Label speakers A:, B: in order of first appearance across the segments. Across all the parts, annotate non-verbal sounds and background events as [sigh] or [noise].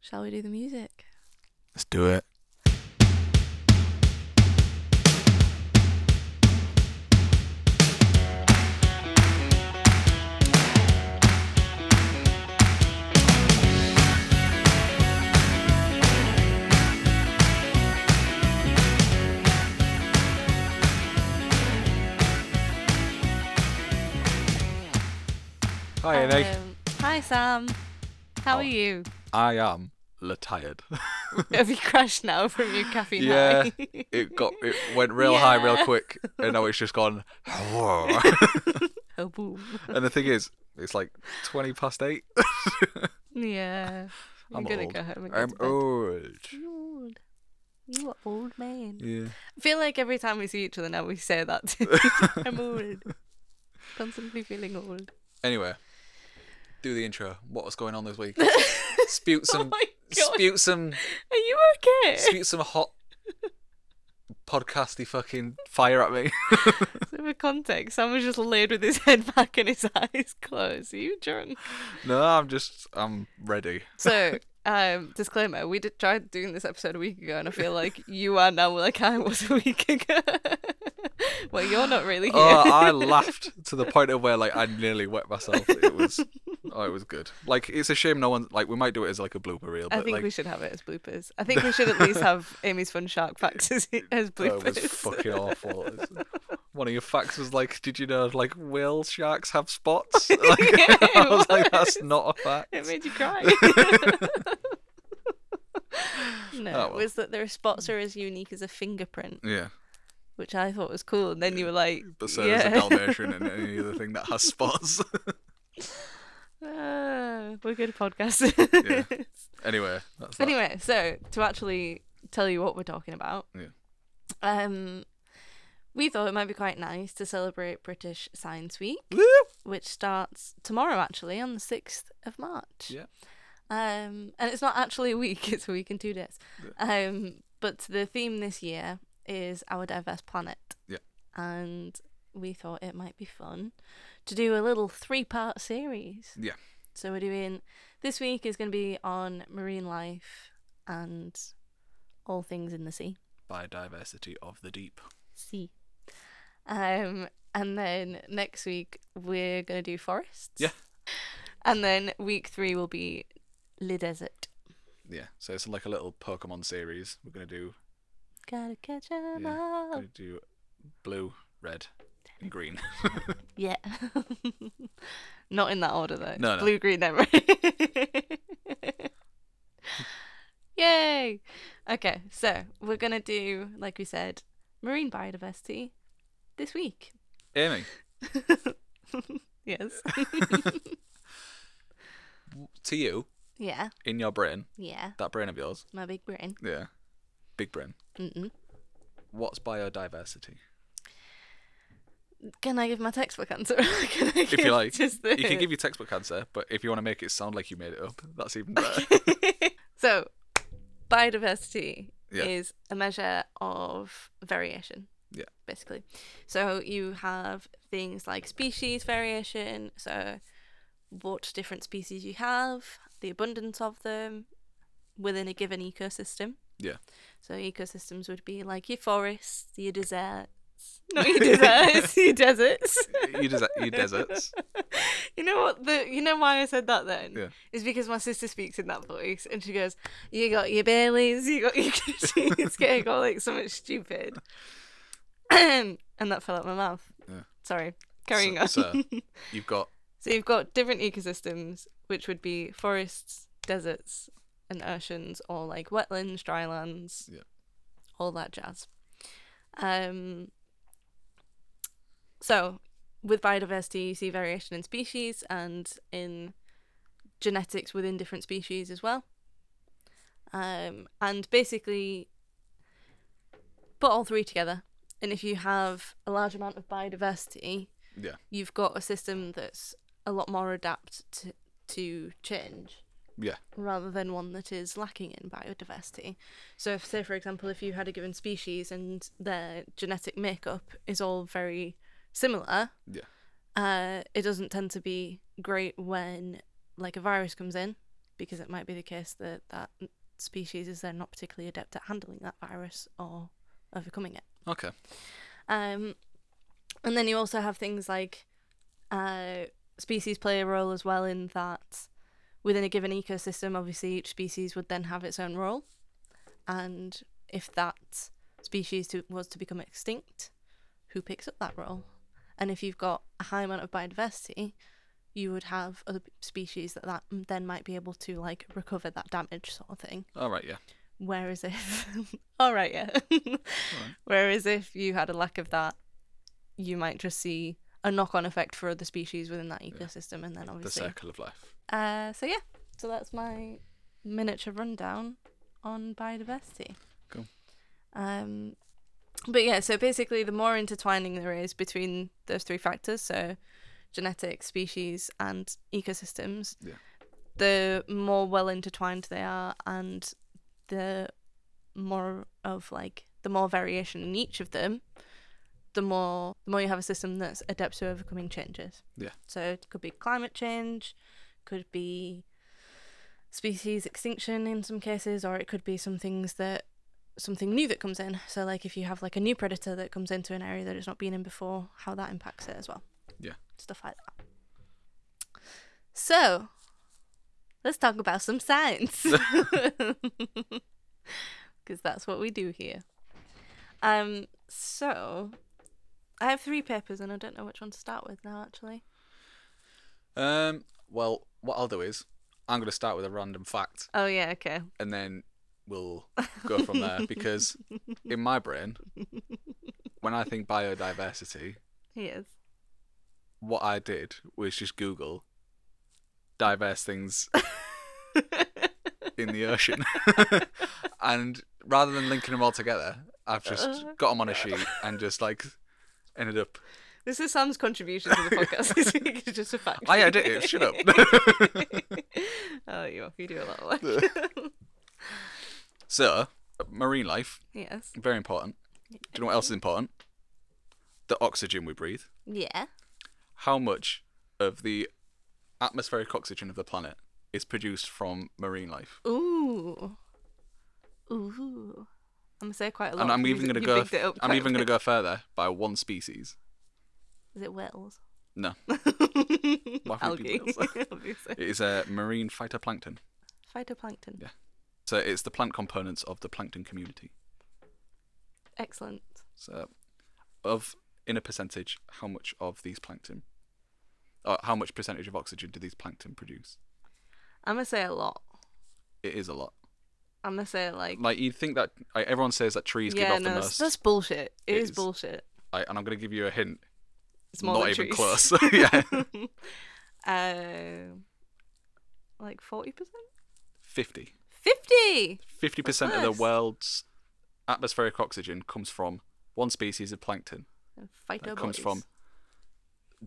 A: Shall we do the music?
B: Let's do it. Hi, Nick.
A: Um, hi, Sam. How
B: Oh.
A: are you? [laughs]
B: I am la tired.
A: Have you crashed now from your caffeine?
B: Yeah,
A: high?
B: [laughs] It got it went real high real
A: Yeah.
B: quick, and now it's just [laughs] gone.
A: [laughs] oh, boom.
B: and the thing is, it's like twenty past eight.
A: Yeah.
B: I'm
A: gonna
B: old.
A: go home and go
B: I'm
A: to bed.
B: old.
A: You old. You are old man.
B: Yeah.
A: I feel like every time we see each other now, we say that. too.
B: [laughs]
A: [laughs] I'm old. Constantly feeling old.
B: Anyway, do the intro. What was going on this
A: [laughs]
B: week? Spew [laughs] some,
A: oh my god.
B: spew some,
A: Are you okay?
B: spew some hot podcasty fucking fire at me. [laughs]
A: So for context, Sam was just laid with his head back and his [laughs] eyes closed. Are you drunk?
B: no, I'm just, I'm ready.
A: So, um, disclaimer: we did try doing this episode a week ago, and I feel like you are now like I was a week ago. [laughs] well, you're not [laughs] really here.
B: Oh, I laughed to the point of where like I nearly wet myself.
A: [laughs]
B: It was, oh, it was good. Like it's a shame no one like we might do it as like a blooper reel,
A: I
B: but
A: think
B: like
A: we should have it as bloopers. I think we should at least have
B: [laughs]
A: Amy's fun shark facts as, as
B: oh, it
A: bloopers.
B: was fucking awful. One of your facts was like, did you know like whale sharks have
A: [laughs]
B: spots? Like, [laughs]
A: Yeah, it
B: I was like,
A: was.
B: that's not a fact.
A: [laughs] It made you
B: [laughs]
A: cry. [laughs] no,
B: Oh, well.
A: it was that their spots are as unique as a fingerprint,
B: yeah.
A: which I thought was cool. And then you were like,
B: But so
A: yeah.
B: is a Dalmatian and any other thing that has spots.
A: [laughs]
B: [laughs]
A: Ah, we're good podcasters. [laughs]
B: anyway, that's that.
A: Anyway, so to actually tell you what we're talking about,
B: Yeah.
A: um, we thought it might be quite nice to celebrate British Science Week, which starts tomorrow actually on the sixth of March.
B: Yeah.
A: Um, and it's not actually a week; [laughs] it's a week and two days. Um, but the theme this year is our diverse planet.
B: Yeah.
A: And we thought it might be fun to do a little three-part series.
B: Yeah.
A: So we're doing this week is going to be on marine life and all things in the sea.
B: Biodiversity of the deep.
A: Sea. Um, and then next week we're going to do forests.
B: Yeah.
A: And then week three will be Le Desert.
B: Yeah, so it's like a little Pokemon series. We're gonna do,
A: Gotta catch 'em
B: Yeah.
A: all.
B: gonna do blue, red, and green. [laughs]
A: Yeah. [laughs] Not in that order though.
B: No, no.
A: Blue, green, then red. [laughs] Yay! Okay, so we're gonna do, like we said, marine biodiversity this week. [laughs]
B: Amy,
A: yes. [laughs]
B: to you,
A: yeah.
B: in your brain,
A: Yeah.
B: that brain of yours,
A: My big brain.
B: yeah, big brain.
A: Mm-mm.
B: What's biodiversity?
A: Can I give my textbook answer? [laughs] or Can I
B: If you like,
A: just
B: you
A: [laughs]
B: can
A: the-
B: give your textbook answer, but if you want to make it sound like you made it up, that's even better.
A: [laughs] so, biodiversity
B: Yeah.
A: is a measure of variation.
B: Yeah.
A: Basically. So, you have things like species variation, so what different species you have, the abundance of them within a given ecosystem.
B: Yeah.
A: So, ecosystems would be like your forests, your
B: [laughs]
A: deserts. Not your deserts, your deserts.
B: you des-
A: [laughs]
B: you deserts.
A: You know what the you know why I said that then?
B: Yeah.
A: Is because my sister speaks in that voice and she goes, You got your bellies, you got
B: [laughs]
A: your she's getting all like so much stupid. [clears throat] and that fell out my mouth.
B: Yeah.
A: Sorry. Carrying
B: So-
A: on.
B: so-
A: [laughs]
B: You've got
A: so you've got different ecosystems, which would be forests, deserts, and oceans, or like wetlands, drylands.
B: Yeah.
A: All that jazz. Um so with biodiversity you see variation in species and in genetics within different species as well. Um and basically put all three together. And if you have a large amount of biodiversity,
B: Yeah.
A: you've got a system that's a lot more adapt to, to change
B: yeah,
A: rather than one that is lacking in biodiversity. So, if, say, for example, if you had a given species and their genetic makeup is all very similar,
B: Yeah.
A: uh, it doesn't tend to be great when, like, a virus comes in because it might be the case that that species is then not particularly adept at handling that virus or overcoming it.
B: Okay.
A: Um, and then you also have things like uh, species play a role as well in that within a given ecosystem, obviously each species would then have its own role, and if that species to, was to become extinct, who picks up that role? And if you've got a high amount of biodiversity, you would have other species that, that then might be able to like recover that damage sort of thing.
B: All right. Yeah.
A: Whereas if, [laughs] all right, yeah. [laughs] Whereas if you had a lack of that, you might just see a knock-on effect for other species within that ecosystem, and then
B: The
A: obviously,
B: circle of life.
A: uh, so yeah. So that's my miniature rundown on biodiversity.
B: Cool.
A: Um, but yeah, so basically, the more intertwining there is between those three factors, so genetics, species, and ecosystems,
B: Yeah.
A: the more well intertwined they are, and the more of like the more variation in each of them, the more the more you have a system that's adept to overcoming changes.
B: Yeah.
A: So it could be climate change, could be species extinction in some cases, or it could be some things that something new that comes in. So like if you have like a new predator that comes into an area that it's not been in before, how that impacts it as well.
B: Yeah.
A: Stuff like that. So let's talk about some science. [laughs] Because that's what we do here. Um so I have three papers and I don't know which one to start with now actually.
B: Um. Well, what I'll do is I'm going to start with a random fact,
A: Oh yeah, okay.
B: and then we'll go from there because in my brain, when I think biodiversity,
A: He is.
B: what I did was just Google diverse things in the ocean. [laughs] and rather than linking them all together, I've just got them on a sheet and just like ended up.
A: [laughs] This is Sam's contribution
B: [laughs]
A: to the podcast this week. It's just a fact.
B: I edit it, shut up.
A: [laughs]
B: [laughs]
A: oh, you off. You do a lot of
B: [laughs]
A: work.
B: so, marine life,
A: yes.
B: very important. Do you know what else is important? The oxygen we breathe.
A: Yeah.
B: How much of the atmospheric oxygen of the planet is produced from marine life?
A: Ooh. Ooh. I'm gonna say quite a lot.
B: And I'm
A: You-
B: even going to
A: you
B: go.
A: bigged it up
B: I'm
A: quite
B: even
A: a
B: going to
A: bit.
B: go further by one species.
A: Is it whales?
B: No, would it be
A: Algae.
B: whales?
A: [laughs] obviously.
B: it is a [laughs] marine phytoplankton.
A: Phytoplankton.
B: Yeah. So it's the plant components of the plankton community.
A: Excellent.
B: So, of in a percentage, how much of these plankton, or how much percentage of oxygen do these plankton produce?
A: I'm gonna say a lot.
B: It is a lot.
A: I'm gonna say like.
B: Like you'd think that like, everyone says that trees give
A: yeah,
B: off
A: no,
B: the
A: that's,
B: most.
A: that's bullshit.
B: It
A: it is.
B: is.
A: bullshit.
B: Like, and I'm going to give you a hint.
A: It's more
B: not
A: than
B: even
A: trees.
B: close.
A: [laughs]
B: [laughs] yeah,
A: Um, like forty percent.
B: fifty.
A: Fifty.
B: Fifty percent of the
A: close.
B: world's atmospheric oxygen comes from one species of plankton.
A: Phyto
B: comes from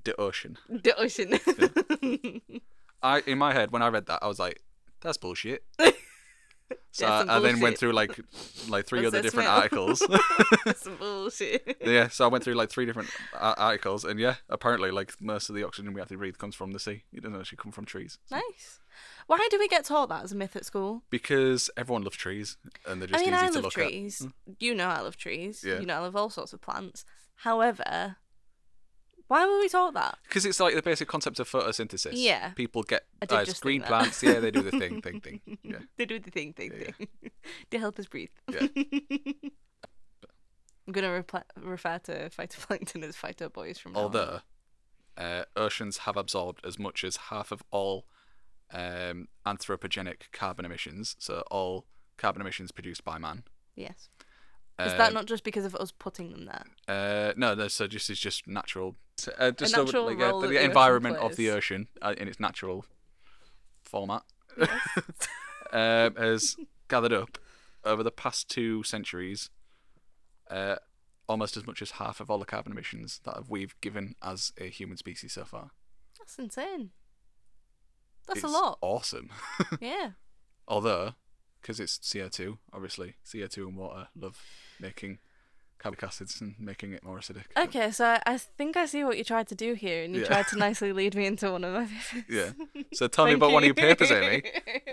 B: the ocean.
A: [laughs] the ocean.
B: I in my head when I read that I was like, that's
A: [laughs]
B: bullshit. So
A: Yeah,
B: I,
A: some
B: I then
A: bullshit.
B: went through like like three
A: What's
B: other
A: that
B: different
A: smell? [laughs]
B: articles.
A: [laughs]
B: [laughs]
A: That's some bullshit.
B: yeah, so I went through like three different a- articles, and yeah, apparently like most of the oxygen we actually breathe comes from the sea. It doesn't actually come from trees
A: Nice. Why do we get taught that as a myth at school?
B: because everyone loves trees and they're just
A: I mean,
B: easy
A: I
B: to
A: love
B: look Hmm.
A: trees. You know, I love trees.
B: Yeah.
A: You know, I love all sorts of plants. However, why were we taught that?
B: at. Because it's like the basic concept of photosynthesis.
A: Yeah.
B: people get
A: I did
B: uh,
A: just think
B: green
A: that.
B: plants. Yeah, they do the thing,
A: [laughs]
B: thing, thing. Yeah,
A: They do the thing, thing,
B: Yeah,
A: thing. [laughs] they help us breathe.
B: Yeah.
A: [laughs] I'm gonna repl- refer to [laughs] phytoplankton as phyto boys from now on.
B: although uh, oceans have absorbed as much as half of all um, anthropogenic carbon emissions, so all carbon emissions produced by man.
A: Yes. Is that
B: Um,
A: not just because of us putting them there?
B: Uh, no, no. So just it's just natural, so, uh, just the-
A: natural
B: like, uh,
A: role
B: the,
A: that the ocean
B: environment of the
A: plays.
B: ocean uh, in its natural format [laughs] um, has gathered up over the past two centuries, uh, almost as much as half of all the carbon emissions that we've given as a human species so far.
A: That's insane. That's a
B: It's
A: lot.
B: Awesome. [laughs]
A: Yeah.
B: Although, because it's CO two, obviously CO two and water love making carboc acids and making it more acidic.
A: Okay, so I, I think I see what you tried to do here, and you
B: Yeah.
A: tried
B: [laughs]
A: to nicely lead me into one of my papers. [laughs]
B: Yeah. So tell me
A: Thank
B: about one of your
A: you. [laughs]
B: papers, Amy,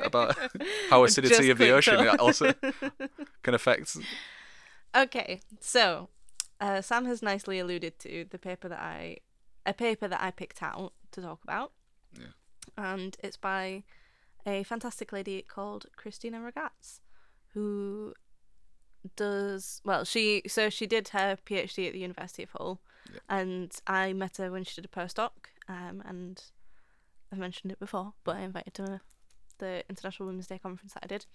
B: about [laughs] how acidity
A: Just
B: of the
A: quick
B: ocean
A: thought. [laughs]
B: also can affect.
A: Okay, so uh, Sam has nicely alluded to the paper that I, a paper that I picked out to talk about.
B: Yeah.
A: And it's by a fantastic lady called Christina Ragaz, who does well. She so she did her PhD at the University of Hull,
B: Yeah.
A: and I met her when she did a postdoc. Um, and I've mentioned it before, but I invited to the International Women's Day conference that I did.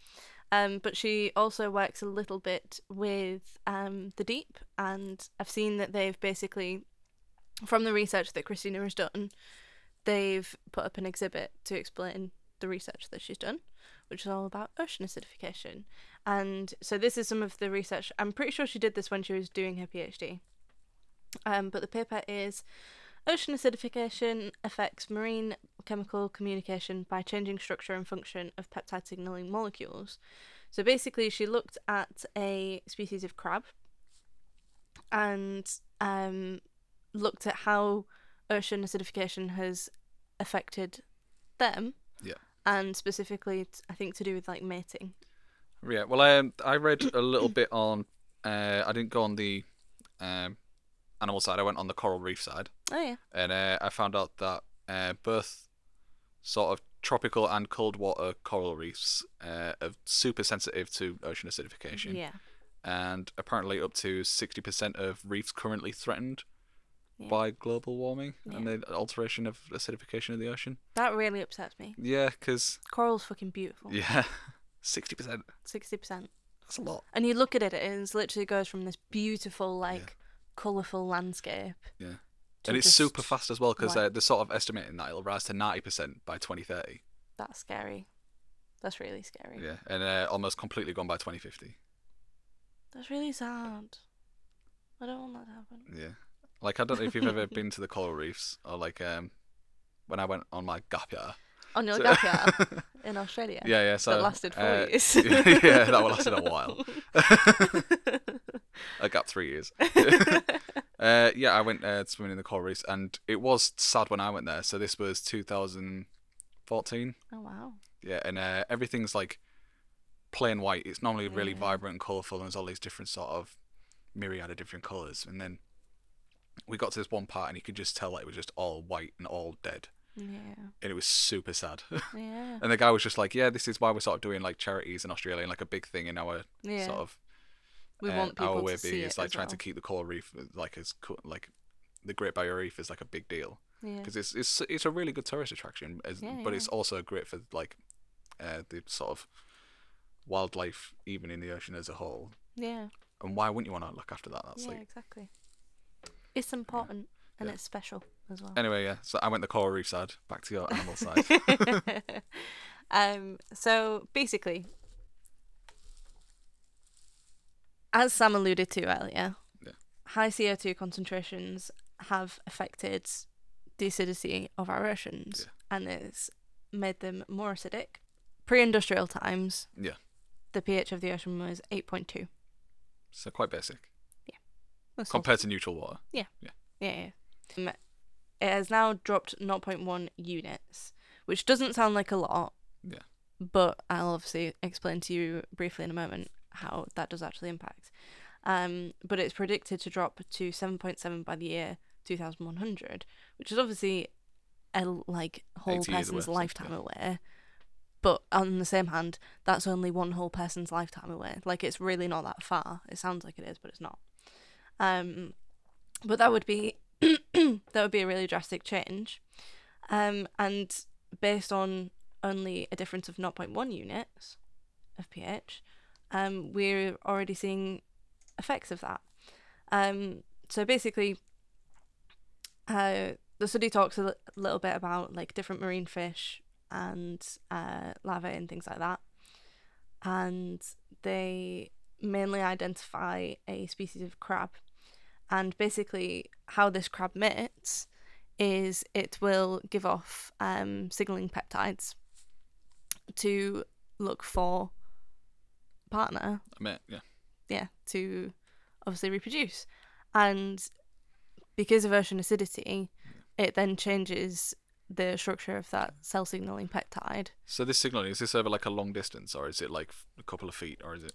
A: Um, but she also works a little bit with um, the Deep, and I've seen that they've basically, from the research that Christina has done, they've put up an exhibit to explain the research that she's done, which is all about ocean acidification. And so this is some of the research. I'm pretty sure she did this when she was doing her PhD. Um, but the paper is Ocean acidification affects marine chemical communication by changing structure and function of peptide signaling molecules. So basically, she looked at a species of crab and um, looked at how ocean acidification has affected them.
B: Yeah.
A: And specifically, t- I think to do with like mating.
B: Yeah. Well, I um, I read a little bit on. Uh, I didn't go on the um, animal side. I went on the coral reef side.
A: Oh, yeah.
B: and uh, I found out that uh, both sort of tropical and cold water coral reefs uh, are super sensitive to ocean acidification,
A: Yeah.
B: and apparently up to sixty percent of reefs currently threatened
A: Yeah.
B: by global warming and the alteration of acidification of the ocean.
A: That really upsets me.
B: Yeah, because
A: Coral's fucking beautiful.
B: yeah, [laughs] sixty percent.
A: 60%.
B: That's a lot.
A: And you look at it, and it literally goes from this beautiful, like, colourful landscape.
B: Yeah.
A: to
B: And it's
A: just-
B: super fast as well because
A: Right.
B: they're, they're sort of estimating that it'll rise to 90% by 2030.
A: That's scary. That's really scary.
B: Yeah. And uh, almost completely gone by 2050.
A: That's really sad. I don't want that to happen.
B: Yeah. Like I don't know if
A: [laughs]
B: you've ever been to the coral reefs or like um when I went on my gap year.
A: On your
B: So-
A: gap
B: [laughs]
A: year in Australia.
B: Yeah, yeah. So
A: that lasted four
B: uh,
A: years.
B: [laughs] yeah, that one lasted a
A: [laughs]
B: while. [laughs] I gap three years. uh, yeah, I went uh, swimming in the coral reefs, and it was sad when I went there. So this was 2014.
A: oh wow.
B: Yeah, and uh, everything's like plain white. It's normally really
A: Yeah.
B: vibrant and colourful, and there's all these different sort of myriad of different colours. And then we got to this one part, and you could just tell like, it was just all white and all dead,
A: Yeah.
B: and it was super sad. [laughs]
A: Yeah.
B: And the guy was just like, "Yeah, this is why we're sort of doing like charities in Australia and like a big thing in our
A: Yeah.
B: sort of
A: we
B: uh,
A: want
B: our
A: people
B: way
A: to
B: of
A: see
B: being is
A: it
B: like
A: as
B: trying to
A: well.
B: keep the coral reef like as co- like the Great Barrier Reef is like a big deal
A: Yeah.
B: because it's it's it's a really good tourist attraction, as,
A: Yeah,
B: but
A: yeah.
B: it's also great for like uh, the sort of wildlife even in the ocean as a whole.
A: Yeah.
B: And why wouldn't you want to look after that? That's
A: Yeah.
B: like
A: Exactly. It's important and
B: Yeah.
A: it's special as well.
B: anyway, yeah. So I went the coral reef side. Back to your
A: [laughs]
B: animal side.
A: um, so basically, as Sam alluded to earlier,
B: Yeah.
A: high CO2 concentrations have affected the acidity of our oceans and it's made them more acidic. Pre industrial times,
B: Yeah.
A: the pH of the ocean was 8.2.
B: So quite basic
A: That's all-
B: compared to neutral water.
A: Yeah. yeah. Um, it has now dropped 0.1 units, which doesn't sound like a lot.
B: Yeah.
A: But I'll obviously explain to you briefly in a moment how that does actually impact. Um, but it's predicted to drop to 7.7 by the year 2100, which is obviously a like whole
B: 80 years
A: person's
B: away,
A: lifetime
B: yeah.
A: away. But on the same hand, that's only one whole person's lifetime away. Like it's really not that far. It sounds like it is, but it's not. Um, but that would be [clears throat] that would be a really drastic change um and based on only a difference of 0.1 units of ph um we're already seeing effects of that um so basically uh the study talks a li- little bit about like different marine fish and uh larvae and things like that and they mainly identify a species of crab and basically how this crab mates is it will give off um, signaling peptides to look for partner
B: I mean, yeah.
A: yeah to obviously reproduce. And because of ocean acidity, it then changes the structure of that cell signaling peptide.
B: So this signaling is this over like a long distance, or is it like f- a couple of feet, or is it?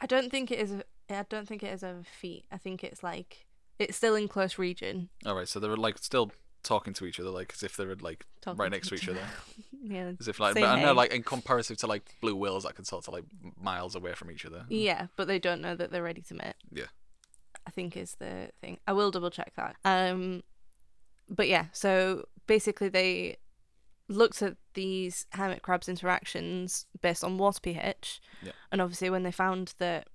A: I don't think it is. a- I don't think it is over feet. I think it's like it's still in close region. [laughs]
B: All right, so they're like still talking to each other, like as if they were like
A: Talking
B: right next to each other,
A: yeah.
B: as if like.
A: Same
B: But I know,
A: age.
B: like in comparative to like blue whales, that can sort of like m- miles away from each other.
A: Yeah, but they don't know that they're ready to mate.
B: Yeah.
A: I think is the thing. I will double check that. Um but yeah, so basically they looked at these hermit crabs interactions based on water pH.
B: Yeah.
A: And obviously when they found that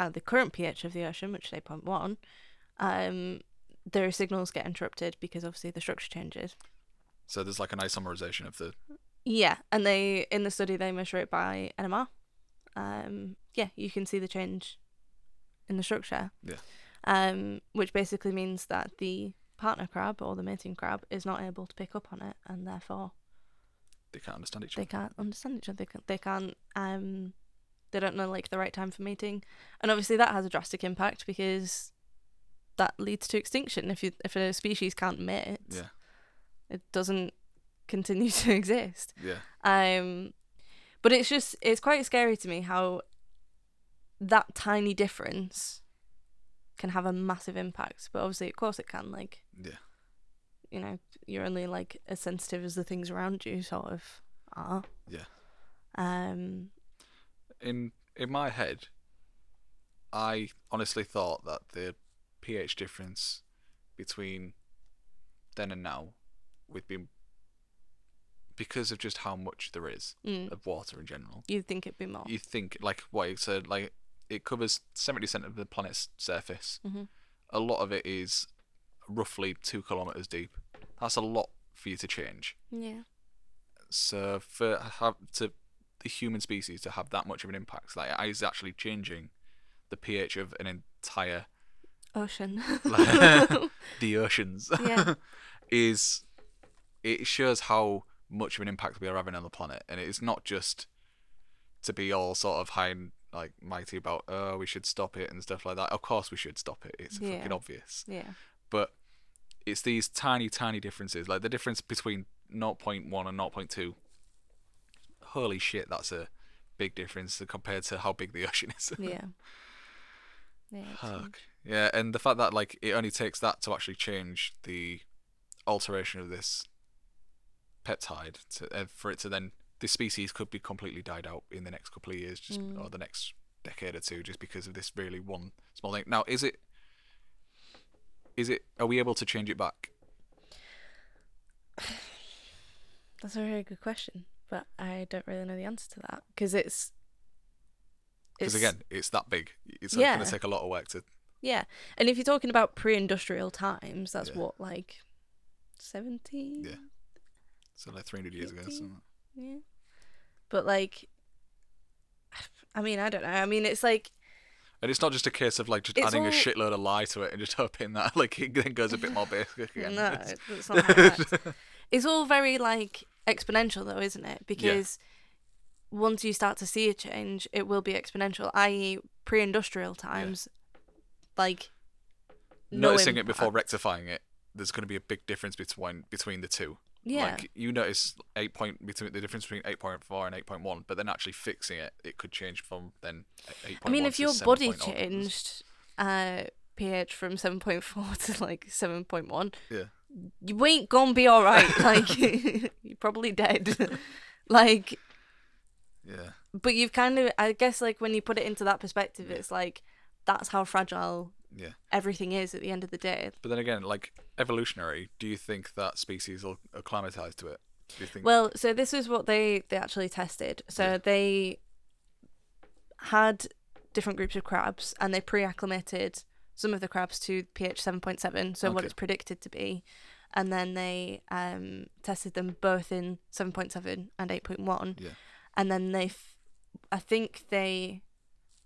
A: at the current pH of the ocean, which is 8.1, um their signals get interrupted because obviously the structure changes.
B: So there's like an isomerization of the.
A: Yeah, and they in the study they measure it by NMR. Um, yeah, you can see the change in the structure.
B: Yeah.
A: Um, which basically means that the partner crab or the mating crab is not able to pick up on it, and therefore
B: They can't understand each
A: they
B: other.
A: can't understand each other. They can't. They can't um, they don't know like the right time for mating, and obviously that has a drastic impact because that leads to extinction. If you if a species can't mate,
B: Yeah.
A: it doesn't continue [laughs] to exist.
B: Yeah.
A: Um, but it's just it's quite scary to me how that tiny difference can have a massive impact. But obviously, of course, it can. Like
B: Yeah.
A: you know, you're only like as sensitive as the things around you sort of are.
B: Yeah.
A: Um.
B: in in my head, I honestly thought that the pH difference between then and now would be because of just how much there is
A: mm,
B: of water in general.
A: you'd think it'd be more.
B: You think like what you said, like it covers seventy percent of the planet's surface.
A: Mhm.
B: A lot of it is roughly two kilometers deep. That's a lot for you to change.
A: Yeah.
B: So for have to the human species to have that much of an impact, like I is actually changing the pH of an entire [laughs]
A: Ocean. [laughs]
B: the oceans
A: Yeah.
B: is it shows how much of an impact we are having on the planet, and it's not just to be all sort of high and like mighty about oh we should stop it and stuff like that. Of course we should stop it. It's
A: Yeah.
B: fucking obvious
A: yeah.
B: but it's these tiny, tiny differences. Like the difference between 0.1 and 0.2. Holy shit, that's a big difference compared to how big the [laughs] ocean is.
A: Yeah. Yeah. it's
B: Fuck. Yeah, and the fact that like it only takes that to actually change the alteration of this peptide to uh, for it to then this species could be completely died out in the next couple of years, just
A: Mm.
B: or the next decade or two, just because of this really one small thing. Now, is it? Is it? Are we able to change it back?
A: That's a very good question, but I don't really know the answer to that because it's.
B: Because
A: it's-
B: again, it's that big. It's
A: Yeah.
B: going to take a lot of work to.
A: yeah, and if you're talking about pre-industrial times, that's
B: Yeah.
A: what like seventy.
B: Yeah. So like 300 years ago.
A: Fifty?
B: something.
A: Yeah. But like, [sighs] I mean, I don't know. I mean, it's like
B: And it's not just a case of like just
A: It's
B: adding a
A: all-
B: shitload of lie to it and just hoping that [laughs] like it then goes a bit
A: [laughs]
B: more basic again. [laughs]
A: no,
B: It's-
A: it's not how
B: [laughs]
A: it works. It's all very like exponential, though, isn't it? Because once you start to see a change, it will be exponential. I.e., pre-industrial times, like uh, no
B: noticing it before
A: impact.
B: rectifying it, there's going to be a big difference between between the two.
A: yeah,
B: Like you notice eight point between the difference between eight point four and eight point one, but then actually fixing it, it could change from then eight point
A: I
B: one.
A: mean, if your body changed uh, pH from 7.4 [laughs] to like 7.1,
B: Yeah.
A: you ain't gonna be all [laughs] right. Like, you're probably dead. [laughs] like,
B: yeah,
A: but you've kind of, I guess, like when you put it into that perspective, it's like that's how fragile
B: yeah.
A: everything is at the end of the day.
B: But then again, like evolutionary, do you think that species will acclimatize to it? Do you think?
A: Well, so this is what they they actually tested. So
B: Yeah.
A: they had different groups of crabs, and they pre-acclimated some of the crabs to pH seven point seven, so what
B: Okay.
A: it's predicted to be, and then they um, tested them both in seven point seven and eight point one,
B: Yeah.
A: and then they, f- I think they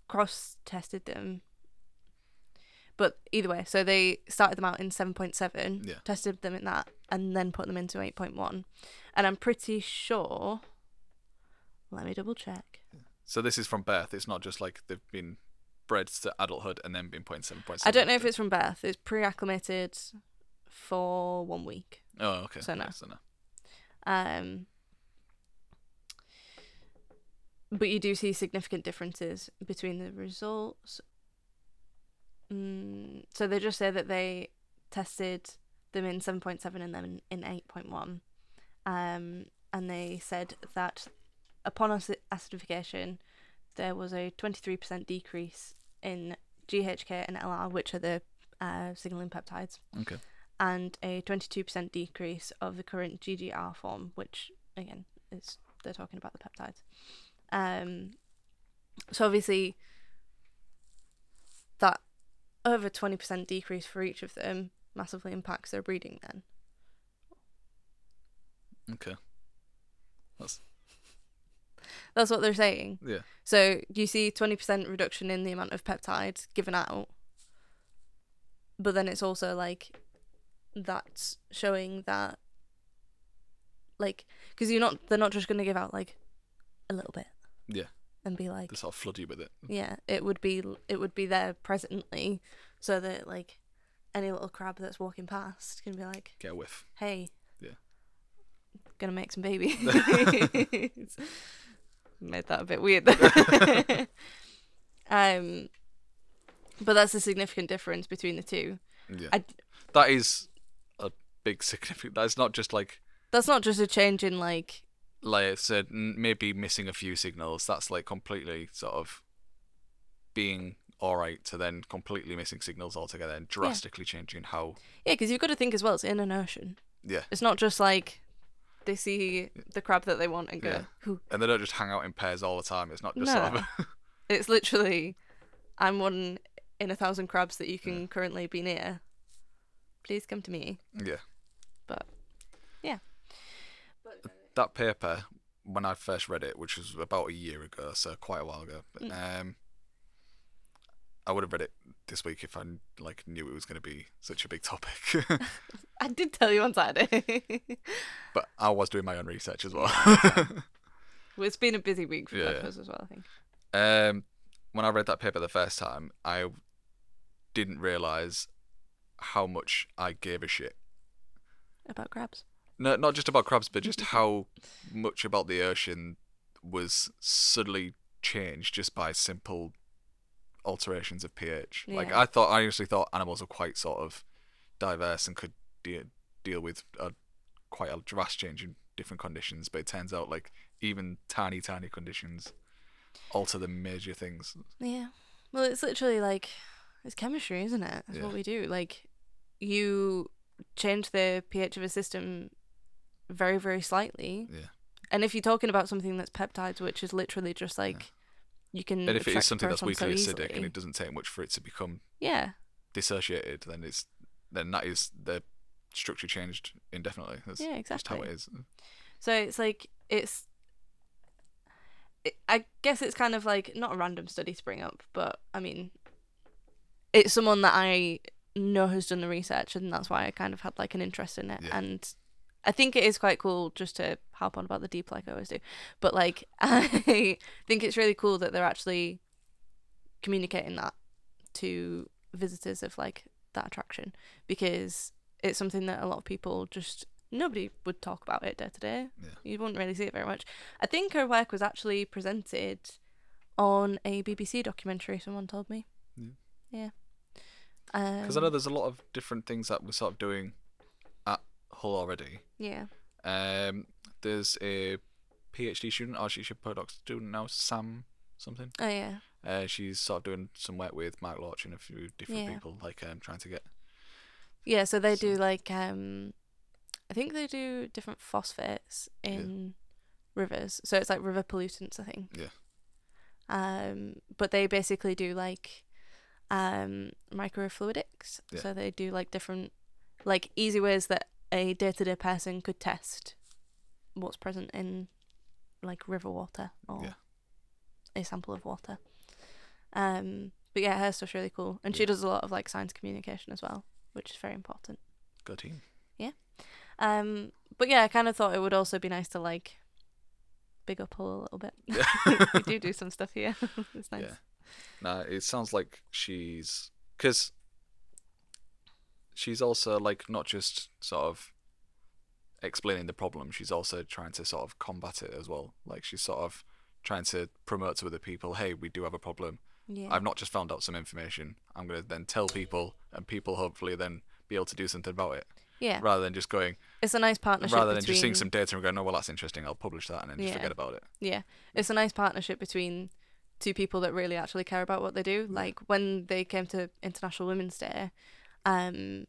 A: cross tested them. But either way, so they started them out in 7.7,
B: Yeah.
A: tested them in that, and then put them into 8.1. And I'm pretty sure. Let me double check.
B: so this is from birth. It's not just like they've been bred to adulthood and then being 0.7.7.
A: I don't know if it's from birth. It's pre-acclimated for one week.
B: Oh, okay.
A: so no.
B: Yeah, So no.
A: Um, but you do see significant differences between the results. Mm, so they just say that they tested them in 7.7 and then in 8.1. Um, and they said that upon ac- acidification, there was a 23% decrease in GHK and LR, which are the uh, signaling peptides
B: Okay.
A: and a 22% decrease of the current GGR form, which again is they're talking about the peptides. Um, so obviously, that over 20% decrease for each of them massively impacts their breeding. Then
B: Okay. That's
A: that's what they're saying.
B: yeah.
A: So you see 20% reduction in the amount of peptides given out, but then it's also like that's showing that, like, because you're not, they're not just going to give out like a little bit.
B: Yeah.
A: And be like,
B: They sort of flood you with it.
A: yeah, it would be, it would be there presently, so that like any little crab that's walking past can be like,
B: Get a whiff.
A: hey,
B: Yeah.
A: gonna make some
B: [laughs]
A: babies. Made that a bit weird. [laughs] there. um, but that's a significant difference between the two.
B: Yeah.
A: I-
B: that is a big [laughs] significant. That's not just like
A: That's not just a change in like
B: like I said, n- maybe missing a few signals. That's like completely sort of being all right to then completely missing signals altogether and drastically changing how.
A: yeah, because you've got to think as well. It's in an ocean.
B: Yeah.
A: It's not just like they see the crab that they want and go.
B: Yeah.
A: "Ooh."
B: And they don't just hang out in pairs all the time. It's not
A: No.
B: just sort of. [laughs]
A: It's literally, I'm one in a thousand crabs that you can currently be near. Please come to me.
B: yeah.
A: But yeah.
B: That paper, when I first read it, which was about a year ago, so quite a while ago, but, um, I would have read it this week if I like knew it was going to be such a big topic. [laughs]
A: I did tell you on Saturday. [laughs]
B: but I was doing my own research as well.
A: Well, it's been a busy week for
B: Yeah.
A: purpose as well, I think.
B: [laughs] Um, when I read that paper the first time, I didn't realize how much I gave a shit.
A: About crabs.
B: No, not just about crabs, but just how much about the ocean was suddenly changed just by simple alterations of pH. Like
A: Yeah.
B: I thought, I honestly thought animals were quite sort of diverse and could de- deal with a, quite a drastic change in different conditions. But it turns out, like even tiny, tiny conditions alter the major things.
A: Yeah. Well, it's literally like it's chemistry, isn't it? That's
B: Yeah.
A: what we do. Like you change the pH of a system very, very slightly.
B: Yeah.
A: And if you're talking about something that's peptides, which is literally just like you can
B: And if it is
A: extract
B: something that's
A: Mm, protons so
B: weakly acidic and
A: easily.
B: it doesn't take much for it to become
A: yeah.
B: dissociated, then it's then that is the structure changed indefinitely. That's
A: Yeah,
B: just how
A: exactly.
B: it is.
A: So it's like it's. It, I guess it's kind of like not a random study to bring up, but I mean, it's someone that I know has done the research, and that's why I kind of had like an interest in it.
B: Yeah.
A: And I think it is quite cool just to harp on about the deep like I always do, but like [laughs] I think it's really cool that they're actually communicating that to visitors of like that attraction because it's something that a lot of people just nobody would talk about it day to day.
B: Yeah.
A: You wouldn't really see it very much. I think her work was actually presented on a BBC documentary. Someone told me.
B: Yeah.
A: Yeah. Um,
B: Because I know there's a lot of different things that we're sort of doing at Hull already.
A: yeah.
B: Um, there's a PhD student, or she's a postdoc student now, Sam something.
A: Oh yeah.
B: Uh, she's sort of doing some work with Mark Lorch and a few different
A: Yeah.
B: people, like um, trying to get.
A: Yeah. So they
B: So-
A: do like um, I think they do different phosphates in rivers. So it's like river pollutants, I think.
B: Yeah.
A: Um, but they basically do like um microfluidics.
B: Yeah.
A: So they do like different like easy ways that a day to day person could test what's present in like river water or
B: Yeah.
A: a sample of water. Um but yeah, her stuff's really cool. And she
B: Yeah.
A: does a lot of like science communication as well, which is very important.
B: Go team.
A: Um, but yeah, I kind of thought it would also be nice to like [laughs] big up Hull a little bit. we do do some stuff here. [laughs] it's nice.
B: Yeah. No, it sounds like she's because she's also like not just sort of explaining the problem. She's also trying to sort of combat it as well. Like she's sort of trying to promote to other people, "Hey, we do have a problem.
A: Yeah.
B: I've not just found out some information. I'm gonna then tell people, and people hopefully then be able to do something about it."
A: yeah.
B: Rather than just going,
A: It's a nice partnership
B: rather than
A: between
B: just seeing some data and going, "Oh, well, that's interesting. I'll publish that," and then just
A: Yeah.
B: forget about it.
A: Yeah. It's a nice partnership between two people that really actually care about what they do. Like when they came to International Women's Day, um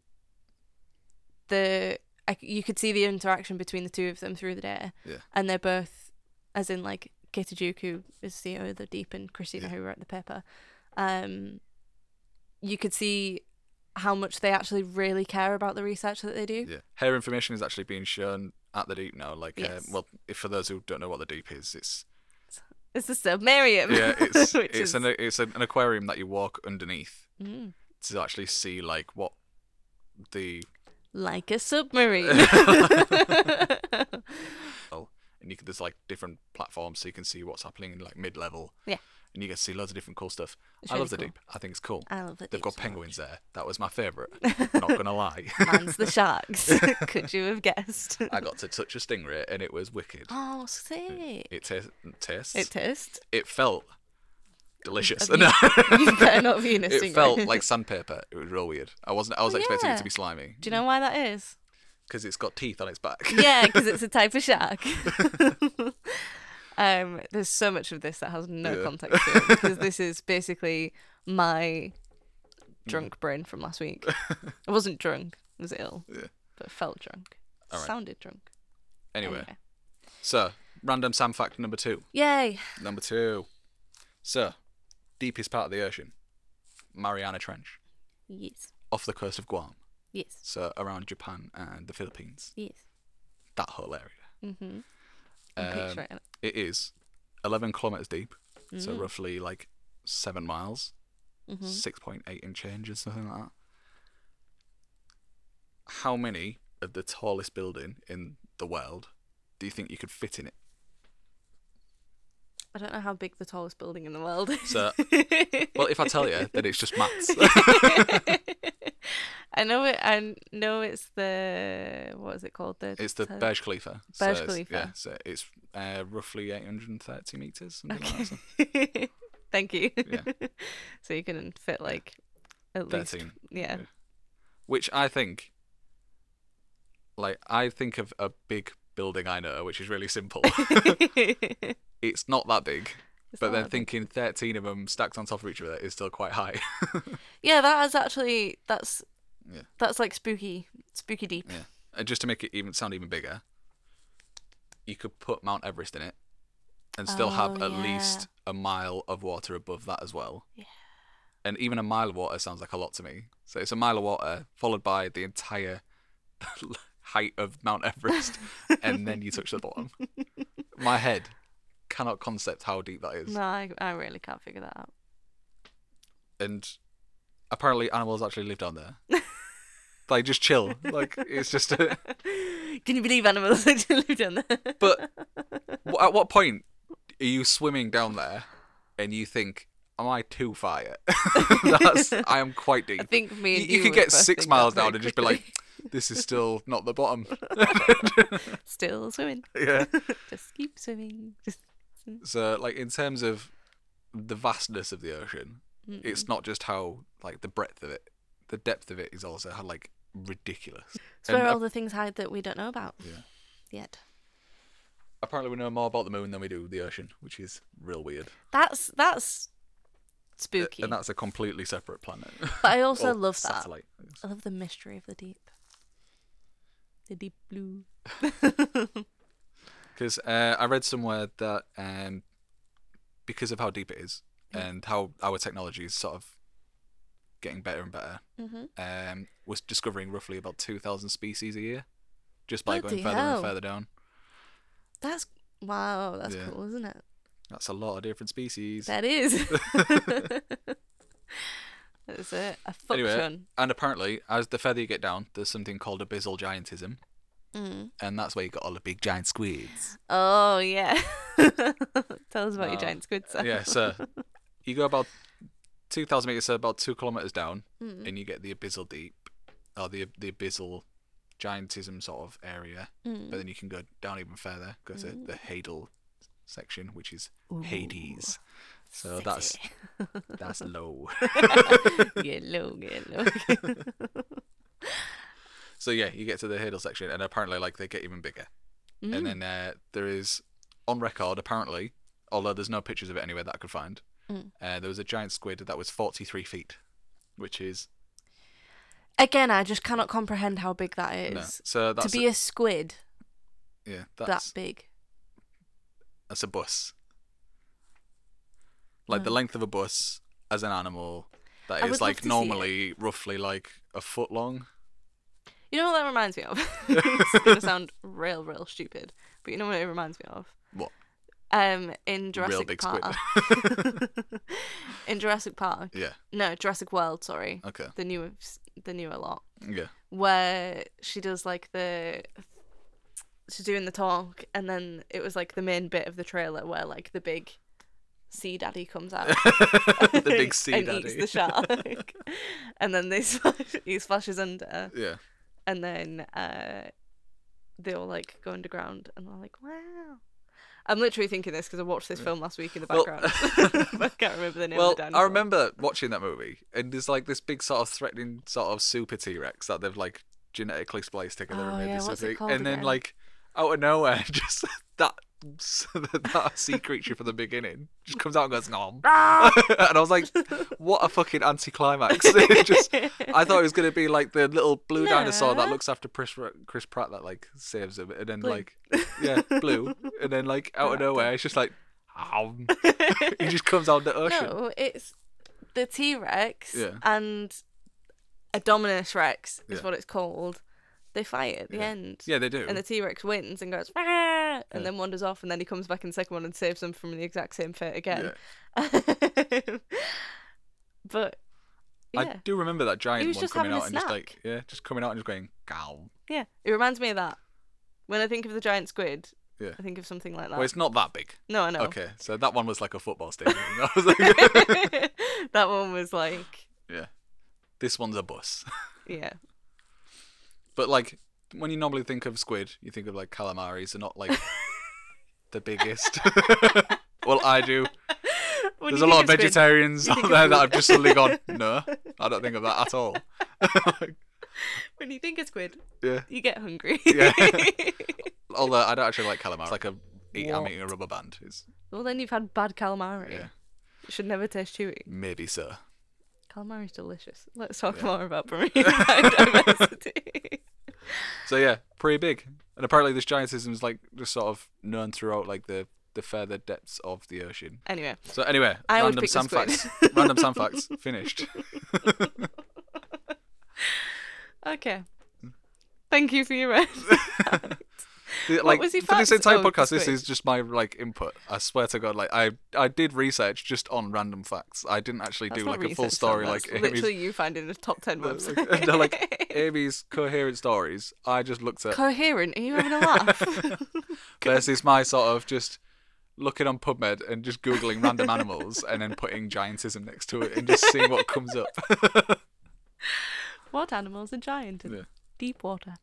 A: the I c you could see the interaction between the two of them through the day.
B: Yeah.
A: And they're both as in like Katie Duke who is CEO of the Deep and Christina
B: Yeah.
A: who wrote the paper. Um you could see how much they actually really care about the research that they do.
B: Yeah, hair information is actually being shown at the deep now. Like,
A: Yes.
B: uh, well, if for those who don't know what the deep is, it's
A: [laughs] It's the submarium.
B: yeah,
A: [laughs]
B: it's
A: which
B: it's
A: is,
B: an it's an aquarium that you walk underneath
A: Mm.
B: to actually see like what the
A: like a
B: [laughs]
A: submarine.
B: and you can, there's like different platforms so you can see what's happening in like mid level.
A: Yeah.
B: and you get to see loads of different cool stuff.
A: It's
B: I
A: really
B: love the
A: cool.
B: deep. I think it's cool.
A: I love it.
B: They've got penguins there. That was my favorite.
A: [laughs]
B: Not gonna lie. [laughs]
A: Man's the sharks. [laughs] Could you have guessed?
B: I got to touch a stingray and it
A: [gasps]
B: was wicked.
A: Oh, sick.
B: It ta- tastes.
A: It [laughs]
B: It, [laughs]
A: tastes.
B: felt delicious.
A: Have
B: No.
A: You better not be in a
B: it
A: stingray.
B: felt
A: [laughs]
B: like sandpaper. It was real weird. I wasn't. I was expecting it
A: yeah.
B: to be slimy
A: Do you know why that is?
B: because it's got teeth on its back.
A: Yeah, because it's a type of
B: [laughs]
A: shark. um, there's so much of this that has no
B: Yeah.
A: context to it because
B: [laughs]
A: this is basically my
B: Mm.
A: drunk brain from last week.
B: [laughs]
A: I wasn't drunk. I was ill.
B: Yeah.
A: But felt drunk.
B: All right.
A: Sounded drunk.
B: [laughs] Anyway, so random Sam fact number two.
A: Yay.
B: Number two. So, deepest part of the ocean, Mariana Trench,
A: Yes.
B: off the coast of Guam.
A: Yes.
B: So around Japan and the Philippines,
A: Yes.
B: that whole area.
A: Mm-hmm. I'm
B: Um,
A: picturing it.
B: it is 11 kilometers deep, so
A: Mm-hmm.
B: roughly like seven miles,
A: Mhm.
B: 6.8 and change or something like that. How many of the tallest building in the world do you think you could fit in it?
A: I don't know how big the tallest building in the world is. [laughs]
B: So, well, if I tell you, then it's just maths. [laughs]
A: I know it. I know it's the what is it called? The
B: it's the
A: tel-
B: Burj Khalifa.
A: Burj
B: it's-
A: Khalifa.
B: Yeah, so it's uh, roughly 830 meters, something like that.
A: Okay. [laughs] Thank you.
B: Yeah.
A: [laughs] so you can fit like at least
B: 13. [laughs]
A: yeah.
B: Which I think, like, I think of a big building I know, which is
A: [laughs]
B: really simple.
A: It's
B: it's not that big, but
A: not
B: then
A: that big.
B: thinking 13 of them stacked on top of each other is still quite high. [laughs]
A: yeah, that is actually that's
B: Yeah.
A: that's like spooky, spooky deep.
B: Yeah. And just to make it even sound even bigger, you could put Mount Everest in it and still have
A: Oh,
B: at
A: yeah.
B: least a mile of water above that as well.
A: Yeah.
B: And even a mile of water sounds like a lot to me. So it's a mile of water followed by the entire [laughs] height of
A: [laughs]
B: Mount Everest and then you touch the bottom. My head cannot concept how deep that is.
A: No, I, I really can't figure that out.
B: And apparently animals actually live down
A: [laughs]
B: there. they just chill. Like it's just a,
A: [laughs] Can you believe animals that live down there?
B: But w- at what point are you swimming down there and you think, "Am I too far yet?" [laughs] That's I am quite deep.
A: I think me
B: you,
A: and
B: you
A: you
B: could
A: would
B: get
A: both
B: six
A: think that
B: miles
A: very
B: down
A: [laughs]
B: and just be like,
A: quickly.
B: "This is still not
A: [laughs]
B: the bottom."
A: still swimming,
B: yeah.
A: just keep swimming. Just...
B: So, like in terms of the vastness of the ocean, it's not just how like the breadth of it, the depth of it is also how like ridiculous.
A: It's where
B: and
A: all the things hide that we don't know about
B: Yeah.
A: yet.
B: Apparently, we know more about the moon than we do the ocean, which is real weird.
A: That's that's spooky.
B: And that's a completely separate planet.
A: but I [laughs] also
B: Or
A: love that.
B: satellite.
A: I love the mystery of the deep. The deep [laughs] blue.
B: Because uh, I read somewhere that um, because of how deep it is
A: Mm-hmm.
B: and how our technology is sort of getting better and better,
A: Mm-hmm.
B: um, was discovering roughly about 2,000 species a year just by
A: Bloody
B: going further
A: hell.
B: and further down.
A: That's wow. That's
B: Yeah.
A: cool, isn't it?
B: That's a lot of different species.
A: That
B: [laughs]
A: is. [laughs] That's it. A fuck
B: Anyway.
A: ton.
B: And apparently, as the further you get down, there's something called abyssal giantism,
A: Mm.
B: and that's where you got all the big giant squids.
A: Oh yeah. [laughs] Tell us about
B: Nah.
A: your giant squid. Sam.
B: yeah, so uh, you go about 2,000 meters, so about two kilometers down,
A: Mm.
B: and you get the abyssal deep, or the the abyssal giantism sort of area.
A: Mm.
B: But then you can go down even further, go to the Hadal section, which is Hades. Oh, So that's
A: [laughs]
B: that's low. [laughs]
A: yellow, yellow. [laughs]
B: So yeah, you get to the Hadal section, and apparently, like they get even bigger.
A: Hmm? Mm.
B: And then uh, there is on record, apparently, although there's no pictures of it anywhere that I could find.
A: Mm.
B: Uh, there was a giant squid that was 43 feet, which is
A: Again, I just cannot comprehend how big that
B: no.
A: is.
B: so that's
A: To be a squid
B: yeah that's
A: that big.
B: that's a bus, like the length of a bus as an animal that is
A: Oh. I would love to
B: like
A: see it.
B: normally roughly like a foot long.
A: You know what that reminds me
B: [laughs]
A: of? [laughs] it's gonna sound real, real stupid, but you know what it reminds me of?
B: What?
A: Um, in Jurassic
B: big squid.
A: Park. [laughs] in Jurassic Park,
B: Yeah.
A: no, Jurassic World. Sorry,
B: Okay.
A: the newer, the newer lot,
B: Yeah.
A: where she does like the. She's doing the talk, and then it was like the main bit of the trailer where like the big sea daddy comes out.
B: [laughs] [laughs] the big
A: [laughs]
B: sea
A: and
B: daddy.
A: eats the
B: [laughs]
A: shark, [laughs] and then they splash, he splashes under
B: yeah.
A: and then uh, they all like go underground, and I'm like, wow. I'm literally thinking this because I watched this film last week in the
B: Well-
A: background. [laughs] but I can't remember the name
B: Well,
A: of the dinosaur.
B: I remember [laughs] watching that movie, and there's like this big sort of threatening sort of super T Rex that they've like genetically spliced together
A: Oh,
B: and made
A: yeah,
B: this
A: what's it
B: thing,
A: called
B: and then
A: again?
B: like out of nowhere, [laughs] just that that sea creature from the beginning just comes out and goes nom,
A: [laughs] Ah!
B: [laughs] and I was like, what a fucking anticlimax! [laughs] It
A: [laughs]
B: just I thought it was gonna be like the little blue dinosaur that
A: No.
B: looks after Chris Chris Pratt that like saves him, and then
A: Blue.
B: like yeah, blue, and then like out of
A: Raptor.
B: nowhere, it's just like. "Om." he just comes out of the ocean.
A: no, it's the T Rex
B: Yeah.
A: and a Dominus Rex is
B: Yeah.
A: what it's called. They fight at the
B: Yeah.
A: end.
B: Yeah, they do.
A: And the T Rex wins and goes, "Rah!"
B: Yeah.
A: and then wanders off, and then he comes back in the second one and saves them from the exact same fate again. [laughs] but yeah,
B: I do remember that giant
A: was
B: one
A: just
B: coming
A: having a
B: out and just
A: snack.
B: like yeah, just coming out and just going gow.
A: yeah, it reminds me of that. When I think of the giant squid,
B: Yeah.
A: I think of something like that.
B: Well, it's not that big.
A: no, I know.
B: Okay, [laughs] so that one was like a football stadium. [laughs] I was
A: [laughs]
B: like, [laughs]
A: that one was like,
B: this one's a bus. [laughs]
A: yeah, [laughs]
B: But like when you normally think of squid, you think of like calamaris, and
A: [laughs]
B: not like the biggest. [laughs] well, I do.
A: When
B: There's
A: you think
B: a lot of
A: squid,
B: vegetarians
A: you
B: out
A: think of
B: there that
A: food.
B: I've just suddenly
A: [laughs]
B: gone. No, I don't think of that at all. [laughs]
A: When you think of squid,
B: yeah.
A: you get hungry.
B: Yeah. Although I don't actually like calamari. It's like a eat, I'm
A: What?
B: eating a rubber band. It's,
A: [laughs] well, then you've had bad calamari.
B: yeah,
A: It should never taste chewy.
B: maybe so.
A: Calamari's delicious. Let's talk
B: Yeah.
A: more
B: [laughs]
A: about marine biodiversity.
B: So yeah, pretty big. And apparently this giantism is like just sort of known throughout like the the further depths of the ocean.
A: anyway,
B: So anyway,
A: I would
B: random
A: pick the
B: sand
A: squid.
B: facts. random sand
A: [laughs]
B: facts finished.
A: okay.
B: Hmm.
A: Thank you for your
B: [laughs]
A: rest.
B: like
A: was your
B: for this
A: facts?
B: entire
A: Oh, the
B: podcast, this
A: squid.
B: is just my like input. I swear to God, like I I did research just on random facts. I didn't actually
A: That's
B: do
A: not
B: like a full
A: research, Sam,
B: story
A: that's
B: like [laughs] Amy's.
A: literally you finding the top ten website. [laughs]
B: like, [laughs] they're like Amy's coherent stories. I just looked at
A: Coherent? Are you having a laugh?
B: [laughs] versus my sort of just looking on PubMed and just googling random animals and then putting giantism next to it and just seeing what comes up.
A: what animals are giant in
B: Yeah.
A: deep water?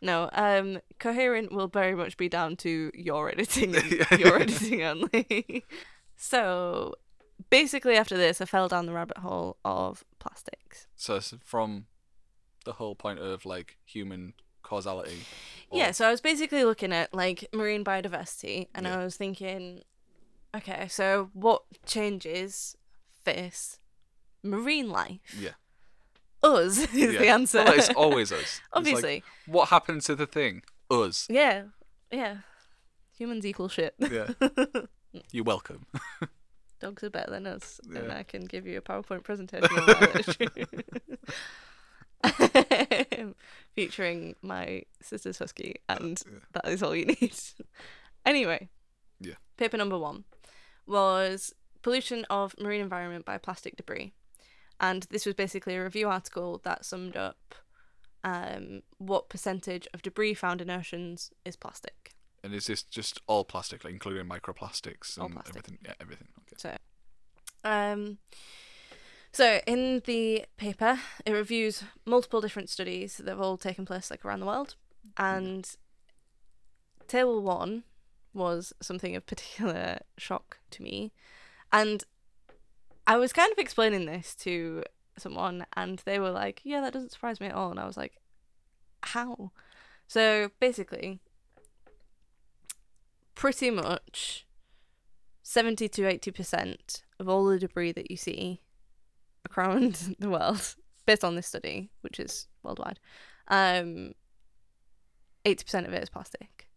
A: No, um, coherent will very much be down to your
B: [laughs]
A: editing, and
B: Yeah.
A: your editing only. [laughs] so, basically, after this, I fell down the rabbit hole of plastics.
B: [laughs] so s- from the whole point of like human causality. or-
A: Yeah, so I was basically looking at like marine biodiversity and
B: Yeah.
A: I was thinking, okay, so what changes face marine life?
B: Yeah.
A: Us [laughs] is
B: yeah.
A: the answer.
B: Well,
A: [laughs]
B: it's always us. It's like,
A: Obviously.
B: what happened to the thing? Us.
A: yeah. Yeah. Humans equal shit.
B: Yeah. You're welcome.
A: [laughs]
B: [laughs]
A: Dogs are better than us. And
B: Yeah.
A: I can give you a PowerPoint presentation on that. [laughs] Featuring my sister's husky, and that is all you need. anyway.
B: Yeah.
A: Paper number one was pollution of marine environment by plastic debris. And this was basically a review article that summed up um, what percentage of debris found in oceans is plastic.
B: And is this just all plastic, like, including microplastics
A: All
B: and
A: plastic.
B: everything? Yeah, everything. Okay.
A: Um, So, in the paper, it reviews multiple different studies that have all taken place like around the world, and table one was something of particular shock to me, and I was kind of explaining this to someone, and they were like, "Yeah, that doesn't surprise me at all," and I was like, "How?" So basically, pretty much seventy to eighty percent of all the debris that you see around [laughs] the world based on this study, which is worldwide. Um, eighty percent of it is plastic.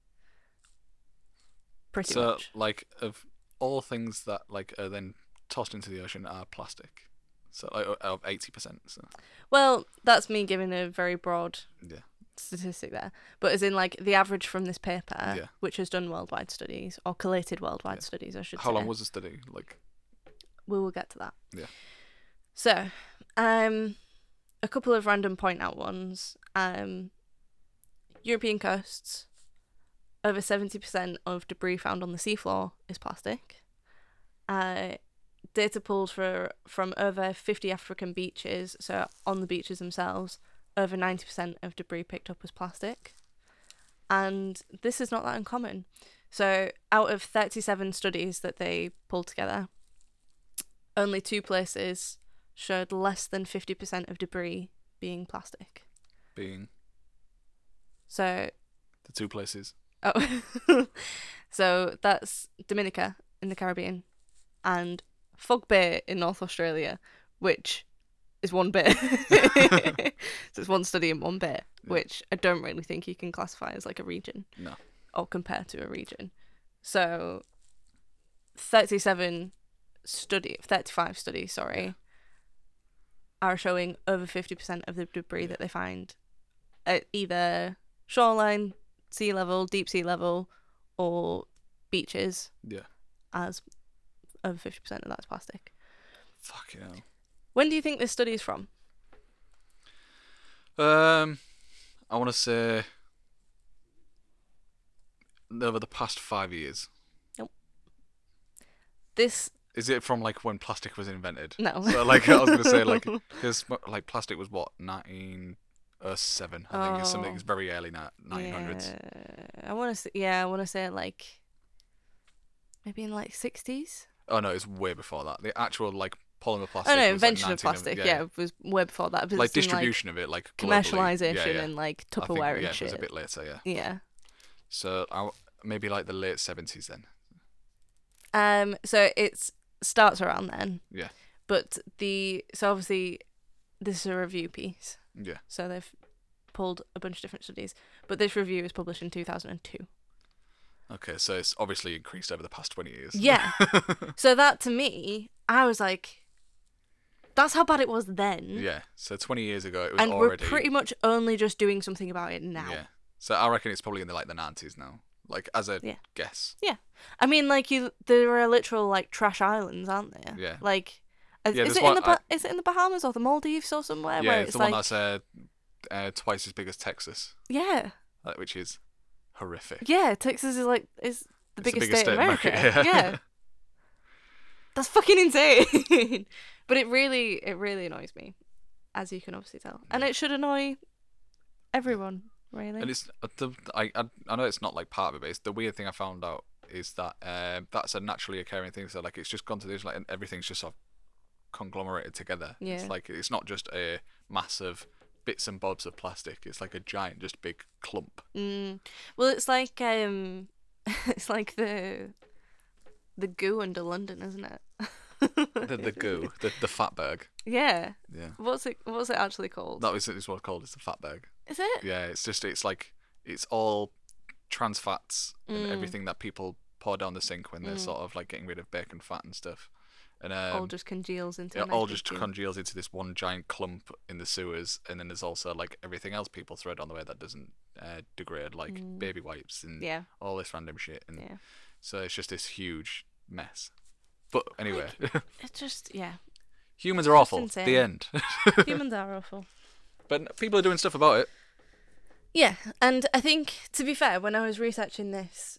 A: Pretty
B: so,
A: much.
B: like, of all things that like are then tossed into the ocean are plastic. So, like, o- of eighty percent. So,
A: Well, that's me giving a very broad
B: yeah,
A: statistic there, but as in like the average from this paper,
B: Yeah.
A: which has done worldwide studies or collated worldwide
B: Yeah.
A: studies, I should
B: how
A: say.
B: long was the study? Like,
A: we will get to that.
B: Yeah.
A: So, um, a couple of random point out ones. Um, European coasts, over seventy percent of debris found on the seafloor is plastic. Uh, data pulled for from over fifty African beaches. So on the beaches themselves, over ninety percent of debris picked up was plastic, and this is not that uncommon. So out of thirty-seven studies that they pulled together, only two places showed less than 50% of debris being plastic.
B: being
A: So,
B: the two places.
A: oh, [laughs] so that's Dominica in the Caribbean and Fog Bay in North Australia, which is one bay. [laughs] so it's one study in one bay, which I don't really think you can classify as like a region
B: No.
A: or compare to a region. So 37 study 35 studies sorry are showing over 50% of the debris that they find at either shoreline sea level deep sea level or beaches
B: Yeah.
A: as over 50% of that's plastic
B: Fucking hell.
A: when do you think this study is from
B: Um, I want to say over the past five years.
A: this
B: Is it from like when plastic was invented?
A: no
B: So like I was gonna
A: [laughs]
B: say like because like plastic was what 1907 I think it's something
A: Oh.
B: it's very early ni- 1900s.
A: yeah, i want to say yeah i want to say like maybe in like 60s
B: Oh no, it's way before that. The actual like polymer plastic.
A: oh no
B: was, like,
A: invention of
B: 1900
A: plastic yeah. was way before that but
B: Like
A: it's in,
B: distribution of it, like globally.
A: commercialization
B: yeah, yeah.
A: and like
B: I think,
A: Tupperware
B: yeah,
A: and
B: It was a
A: shit.
B: bit later, yeah.
A: Yeah.
B: So I, w- maybe like the late 70s then.
A: Um. So it starts around then.
B: Yeah.
A: But the so obviously this is a review piece,
B: Yeah.
A: so they've pulled a bunch of different studies, but this review was published in
B: [laughs]
A: 2002.
B: Okay, so it's obviously increased over the past 20 years.
A: Yeah. so that to me, I was like, that's how bad it was then,
B: Yeah. So 20 years ago it was
A: and
B: already
A: we're pretty much only just doing something about it now.
B: Yeah. So I reckon it's probably in the like the 90s now. Like as a
A: Yeah.
B: guess.
A: I mean, like you, there are literal like trash islands, aren't there?
B: Yeah.
A: Like, is,
B: Yeah,
A: is
B: there's
A: it in
B: one-
A: the Ba- is it in the Bahamas or the Maldives or somewhere
B: yeah,
A: where
B: it's,
A: it's
B: the
A: like
B: one that's uh, uh, twice as big as Texas,
A: yeah,
B: uh, which is horrific.
A: yeah, Texas is like is the
B: It's
A: biggest, state, in America.
B: [laughs]
A: yeah.
B: yeah.
A: that's fucking insane. [laughs] but it really, it really annoys me, as you can obviously tell, and it should annoy everyone, really.
B: And it's uh, the, I, I I know it's not like part of it, but it's the weird thing I found out is that um, that's a naturally occurring thing. So like it's just gone to this like and everything's just sort of conglomerated together.
A: Yeah.
B: It's like it's not just a mass of bits and bobs of plastic. It's like a giant, just big
A: [laughs]
B: clump.
A: Mm. Well, it's like um, [laughs] it's like the the goo under London, isn't it?
B: The, the goo, the the fatberg.
A: [laughs] Yeah.
B: Yeah,
A: What's it? What's it actually called?
B: that is, is what it's called. It's the fatberg.
A: Is it?
B: Yeah, it's just it's like it's all trans fats and
A: Mm.
B: everything that people pour down the sink when they're sort of like getting rid of bacon fat and stuff. And um,
A: all just congeals into.
B: it
A: a
B: all
A: nice
B: just
A: big goo.
B: congeals into this one giant clump in the sewers, and then there's also like everything else people throw down the way that doesn't uh, degrade, like
A: Mm.
B: baby wipes and
A: Yeah.
B: all this random shit. And
A: Yeah.
B: so it's just this huge mess. But anyway,
A: It just yeah.
B: [laughs] humans are awful.
A: insane.
B: The end. [laughs]
A: Humans are awful.
B: but people are doing stuff about it.
A: Yeah, and I think to be fair, when I was researching this,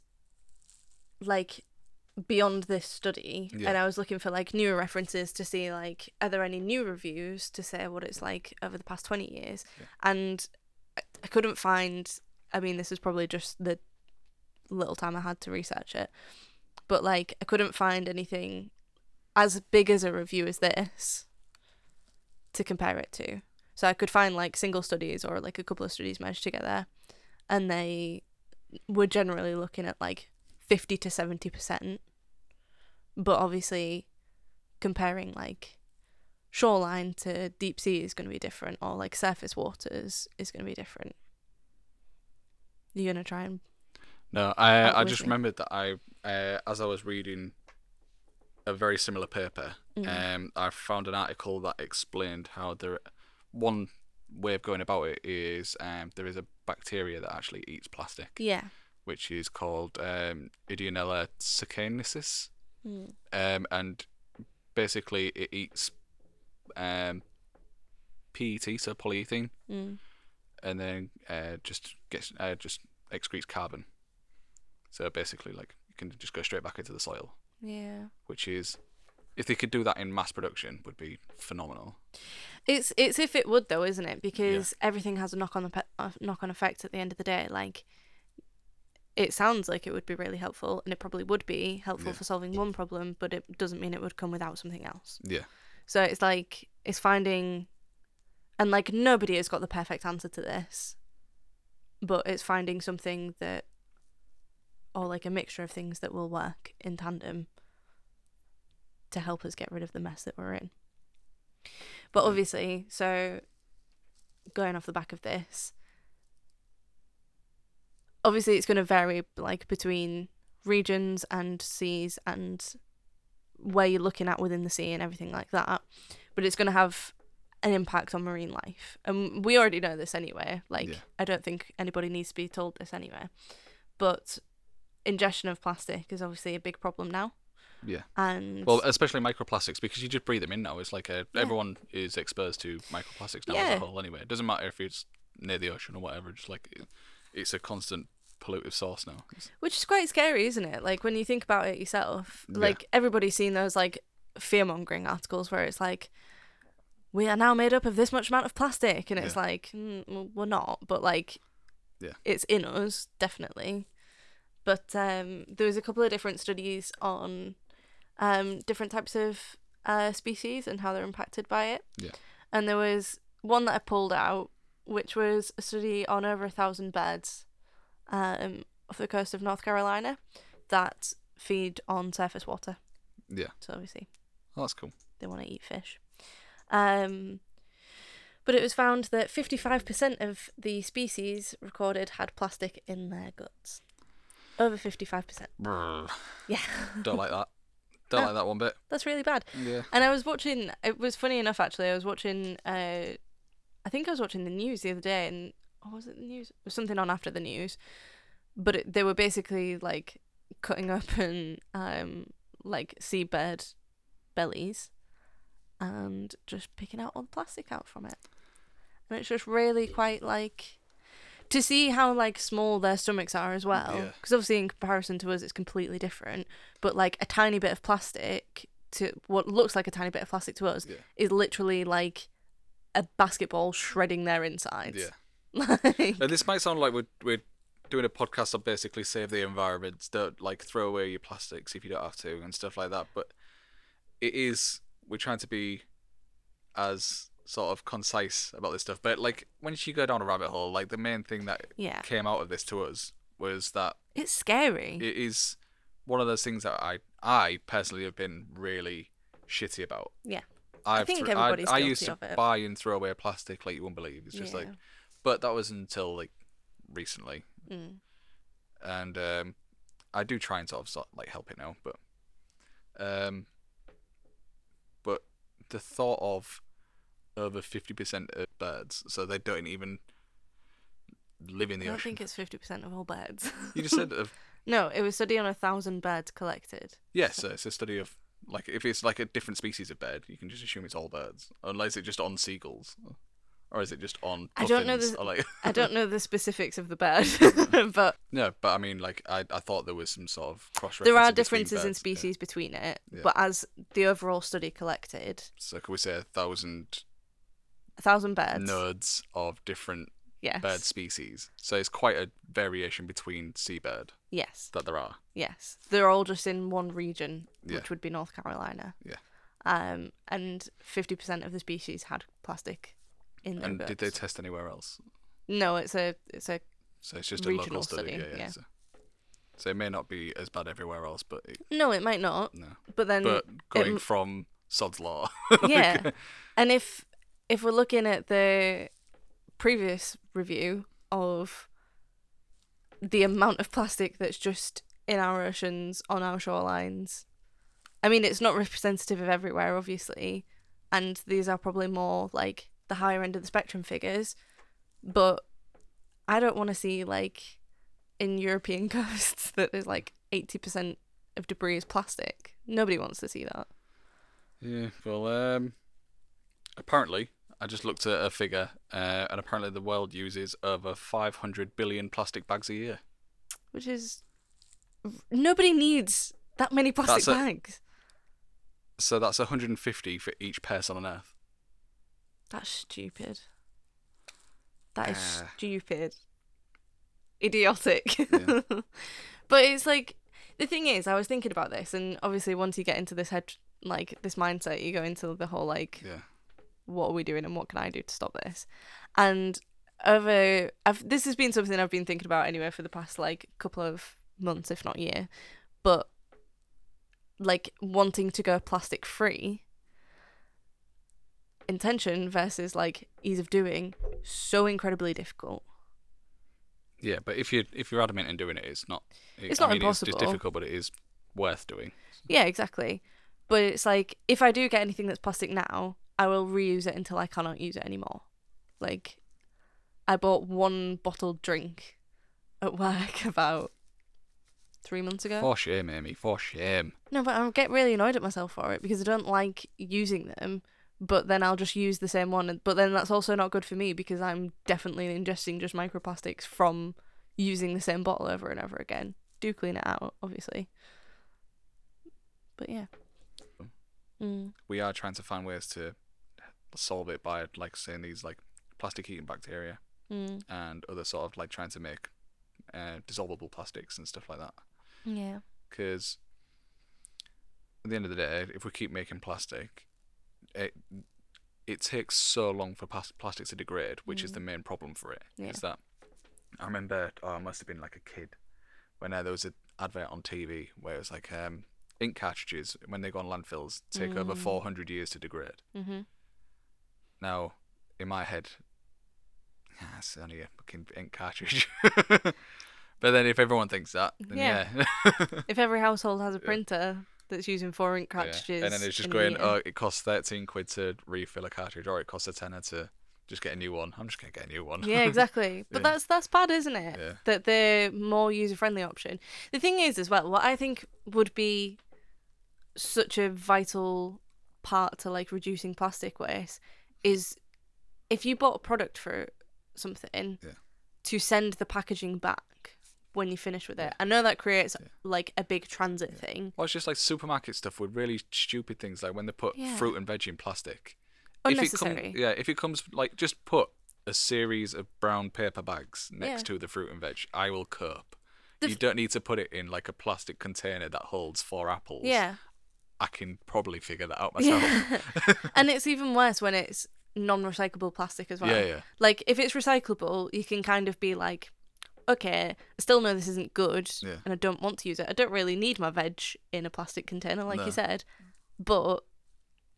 A: like beyond this study
B: Yeah.
A: and I was looking for like newer references to see like are there any new reviews to say what it's like over the past 20 years and I, I couldn't find I mean this is probably just the little time I had to research it but like I couldn't find anything as big as a review as this to compare it to so I could find like single studies or like a couple of studies merged together and they were generally looking at like 50 to 70 percent but obviously comparing like shoreline to deep sea is going to be different or like surface waters is going to be different you're going to try and
B: No, I I
A: Outwardly.
B: just remembered that I uh, as I was reading a very similar paper, um, I found an article that explained how there one way of going about it is um, there is a bacteria that actually eats plastic,
A: yeah
B: which is called um, Ideonella saccharensis,
A: Mm.
B: um, and basically it eats um, PET, so polyethylene,
A: mm.
B: and then uh, just gets uh, just excretes carbon. So basically, like you can just go straight back into the soil,
A: yeah
B: which is if they could do that in mass production, would be phenomenal.
A: It's it's if it would though, isn't it? Because everything has a knock on knock on effect at the end of the day. Like, it sounds like it would be really helpful, and it probably would be helpful
B: Yeah.
A: for solving one problem, but it doesn't mean it would come without something else.
B: Yeah,
A: So it's like it's finding, and like nobody has got the perfect answer to this, but it's finding something that, or like a mixture of things that will work in tandem to help us get rid of the mess that we're in. But
B: Mhm.
A: obviously, so going off the back of this, obviously it's going to vary like between regions and seas and where you're looking at within the sea and everything like that. But it's going to have an impact on marine life. And we already know this anyway. Like,
B: Yeah.
A: I don't think anybody needs to be told this anyway. But ingestion of plastic is obviously a big problem now.
B: yeah.
A: And
B: Well, especially microplastics because you just breathe them in now. It's like a, everyone is exposed to microplastics now as
A: Yeah.
B: a whole. Anyway, it doesn't matter if it's near the ocean or whatever. Just like it, it's a constant pollutive source now. It's-
A: which is quite scary, isn't it? Like, when you think about it yourself,
B: Yeah.
A: like, everybody's seen those, like, fear mongering articles where it's like, we are now made up of this much amount of plastic. And it's
B: Yeah.
A: like, mm, well, we're not. But, like,
B: Yeah.
A: it's in us, definitely. but um, there was a couple of different studies on um, different types of uh, species and how they're impacted by it.
B: Yeah.
A: And there was one that I pulled out, which was a study on over a thousand birds um, off the coast of North Carolina that feed on surface water.
B: Yeah.
A: So obviously
B: Oh, that's cool.
A: they want to eat fish. Um, but it was found that 55% of the species recorded had plastic in their guts. Over 55%.
B: Brr.
A: [laughs] Yeah,
B: Don't like that. Don't
A: No.
B: like that one
A: [laughs]
B: bit.
A: that's really bad.
B: Yeah.
A: And I was watching, it was funny enough actually, I was watching, uh, I think I was watching the news the other day and, or was it the news? It was something on after the news. But it, they were basically like cutting [laughs] open um, like seabird bellies and just picking out all the plastic out from it. And it's just really quite like to see how like small their stomachs are as well.
B: Yeah.
A: Because obviously in comparison to us, it's completely different. But like a tiny bit of plastic to what looks like a tiny bit of plastic to us
B: Yeah.
A: is literally like a basketball shredding their insides.
B: Yeah.
A: [laughs] Like,
B: And this might sound like we're, we're doing a podcast on basically save the environment, don't like throw away your plastics if you don't have to and stuff like that. But it is we're trying to be as sort of concise about this stuff. But like once you go down a rabbit hole, like the main thing that
A: yeah.
B: came out of this to us was that
A: It's scary.
B: it is one of those things that I I personally have been really shitty about.
A: Yeah.
B: I've
A: think
B: thro-
A: everybody's
B: I, I
A: guilty
B: used to
A: of it.
B: buy and throw away plastic like you wouldn't believe. It's just like
A: Yeah.
B: but that was until like recently
A: Mm.
B: and um, I do try and sort of sort, like help it now, but um, but the thought of over fifty percent of birds, so they don't even live in
A: I
B: the
A: don't
B: ocean.
A: think it's 50% of all birds.
B: You just said of
A: [laughs] no, it was study on a thousand birds collected.
B: yeah, so it's a study of like if it's like a different species of bird, you can just assume it's all birds, unless it's just on seagulls or is it just on?
A: I don't know
B: puffins
A: the-
B: or, like- [laughs]
A: I don't know the specifics of the bird, [laughs] but
B: no, but I mean, like, I, I thought there was some sort of cross.
A: there are differences in species between it.
B: Yeah.
A: But as the overall study collected,
B: So can we say a thousand
A: a thousand birds.
B: nodes of different
A: Yes.
B: bird species? So it's quite a variation between seabird
A: Yes.
B: that there are.
A: Yes. They're all just in one region,
B: Yeah.
A: which would be North Carolina.
B: Yeah.
A: Um, and fifty percent of the species had plastic in their
B: and did they
A: boats.
B: test anywhere else?
A: no, it's a it's a
B: So it's just a
A: Regional
B: local study.
A: study,
B: yeah, yeah.
A: yeah.
B: So. so it may not be as bad everywhere else, but it,
A: no, it might not.
B: no.
A: But then
B: But going
A: Mm, m-
B: from Sod's law, [laughs]
A: yeah and if if we're looking at the previous review of the amount of plastic that's just in our oceans on our shorelines i mean it's not representative of everywhere obviously and these are probably more like the higher end of the spectrum figures but i don't want to see like in european [laughs] coasts that there's like 80% of debris is plastic nobody wants to see that
B: Yeah, well, um, apparently, I just looked at a figure, uh, and apparently the world uses over 500 billion plastic bags a year.
A: which is nobody needs that many plastic
B: That's a-
A: bags.
B: So that's 150 for each person on Earth.
A: That's stupid. That is
B: Uh.
A: stupid. Idiotic.
B: Yeah.
A: [laughs] but it's like the thing is, I was thinking about this, and obviously, once you get into this head, like this mindset, you go into the whole like
B: Yeah.
A: what are we doing and what can I do to stop this? And over, I've, this has been something I've been thinking about anyway for the past like couple of months, if not year, but like wanting to go plastic free intention versus like ease of doing so incredibly difficult
B: Yeah, but if you if you're adamant in doing it, it's not. It,
A: It's
B: I
A: not
B: mean, It's
A: impossible.
B: just difficult, but it is worth doing.
A: yeah exactly but it's like if i do get anything that's plastic now i will reuse it until i cannot use it anymore like i bought one bottled drink at work [laughs] about three months ago
B: For shame, Amy. For shame.
A: no but i get really annoyed at myself for it because i don't like using them but then i'll just use the same one and- but then that's also not good for me because i'm definitely ingesting just microplastics from using the same bottle over and over again do clean it out obviously but yeah mm.
B: We are trying to find ways to solve it by like saying these like plastic eating bacteria
A: Mm,
B: and other sort of like trying to make uh, dissolvable plastics and stuff like that.
A: yeah.
B: because at the end of the day, if we keep making plastic, it it takes so long for plas- plastics to degrade, which is the main problem for it. Is
A: Mm. Yeah.
B: that I remember oh, I must have been like a kid when uh, there was an advert on TV where it was like um, ink cartridges when they go on landfills take over
A: Mm.
B: 400 years to degrade.
A: Mm-hmm.
B: Now in my head, [laughs] "Ah, it's only a fucking ink cartridge. [laughs] but then if everyone thinks that, then
A: Yeah.
B: yeah. [laughs]
A: If every household has a printer that's using four ink
B: Yeah,
A: cartridges,
B: And then it's
A: in
B: just
A: a
B: going,
A: year-
B: oh, it costs 13 quid to refill a cartridge, or it costs a tenner to just get a new one. I'm just going to get a new one. [laughs]
A: yeah, exactly. But
B: Yeah.
A: that's that's bad, isn't it?
B: Yeah.
A: That the more user friendly option. The thing is, as well, what I think would be such a vital part to like reducing plastic waste is if you bought a product for something
B: Yeah.
A: to send the packaging back when you finish with it. I know that creates like a big transit thing.
B: Well, it's just like supermarket stuff with really stupid things, like when they put
A: Yeah.
B: fruit and veg in plastic. If it
A: Unnecessary.
B: come, yeah, if it comes, like, just put a series of brown paper bags next
A: Yeah.
B: to the fruit and veg. I will cope.
A: The
B: you
A: f-
B: don't need to put it in like a plastic container that holds four apples.
A: Yeah.
B: I can probably figure that out myself.
A: [laughs] Yeah. [laughs] and it's even worse when it's non-recyclable plastic as well.
B: [laughs] Yeah, yeah.
A: Like if it's recyclable, you can kind of be like, okay, I still know this isn't good,
B: Yeah.
A: and I don't want to use it. I don't really need my veg in a plastic container, like
B: No.
A: you said, but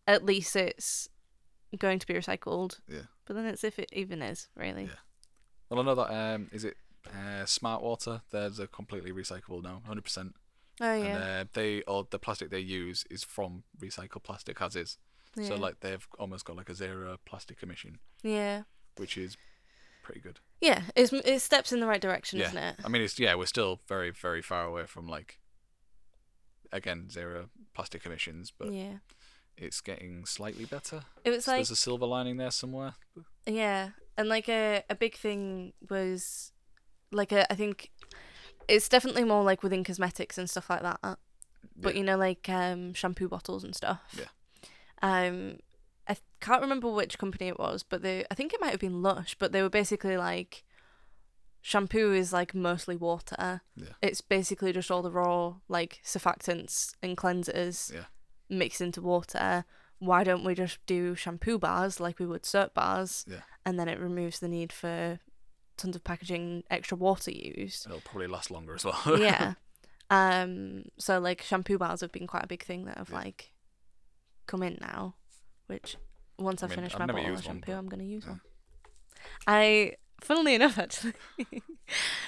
A: at least it's going to be recycled.
B: Yeah.
A: But then it's if it even is really.
B: Yeah. Well, I know that, um, is it uh, Smart Water? They're, they're completely recyclable now, 100%.
A: Oh yeah.
B: and uh, they or the plastic they use is from recycled plastic as is.
A: yeah.
B: uh, So like they've almost got like a zero plastic emission,
A: yeah.
B: which is pretty good.
A: Yeah, it's, it steps in the right direction,
B: yeah,
A: isn't it?
B: I mean it's yeah we're still very very far away from like again zero plastic emissions, but
A: yeah.
B: it's getting slightly better.
A: It was
B: So
A: like
B: there's a silver lining there somewhere.
A: Yeah, and like a a big thing was like a I think it's definitely more like within cosmetics and stuff like that. But
B: Yeah.
A: you know, like um shampoo bottles and stuff.
B: Yeah.
A: Um, I th- can't remember which company it was, but they I think it might have been Lush, but they were basically like shampoo is like mostly water.
B: Yeah.
A: It's basically just all the raw like surfactants and cleansers
B: Yeah.
A: mixed into water. Why don't we just do shampoo bars like we would soap bars?
B: Yeah.
A: And then it removes the need for tons of packaging, extra water used.
B: It'll probably last longer as [laughs] well.
A: yeah. Um. So like shampoo bars have been quite a big thing that have
B: Yeah.
A: like come in now, which once
B: I
A: I,
B: mean,
A: finish
B: I've
A: my
B: never
A: bottle of
B: used one,
A: shampoo,
B: but-
A: I'm gonna use
B: yeah.
A: one. I, funnily [laughs] enough, actually,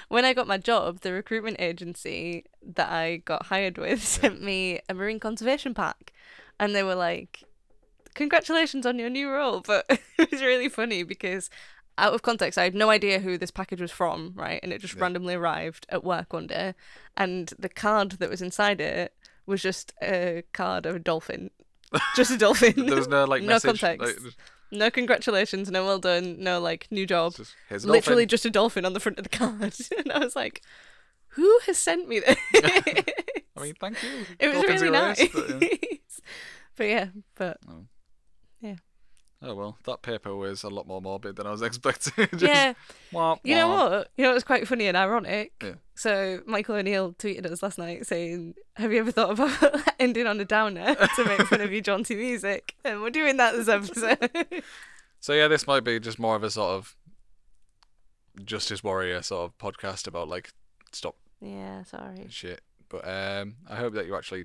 A: when I got my job, the recruitment agency that I got hired with sent me a marine conservation pack, and they were like, "Congratulations on your new role." But [laughs] it was really funny because out of context, I had no idea who this package was from, right? And it just
B: Yeah.
A: randomly arrived at work one day, and the card that was inside it was just a card of a
B: [laughs]
A: dolphin, just a dolphin.
B: There was no like
A: No
B: message.
A: context.
B: like,
A: [laughs] no congratulations, no well done, no like new job.
B: just, Here's an
A: Literally
B: Literally.
A: just a dolphin on the front of the card, [laughs] and I was like, "Who has sent me this?"
B: [laughs] I mean, thank you.
A: [laughs] it was
B: Dolphins
A: really
B: are nice,
A: nice. [laughs]
B: but,
A: But
B: yeah.
A: yeah, but [laughs]
B: Oh well, that paper was a lot more morbid than I was [laughs] expecting. Just
A: yeah,
B: wah,
A: You know
B: wah.
A: what? You know it's quite funny and ironic.
B: Yeah.
A: So Michael O'Neill tweeted us last night saying, "Have you ever thought about [laughs] ending on a downer to make fun [laughs] of your jaunty music?" And we're doing that this episode.
B: So yeah, this might be just more of a sort of justice warrior sort of podcast about like stop
A: [laughs] yeah, sorry.
B: shit. But um, I hope that you actually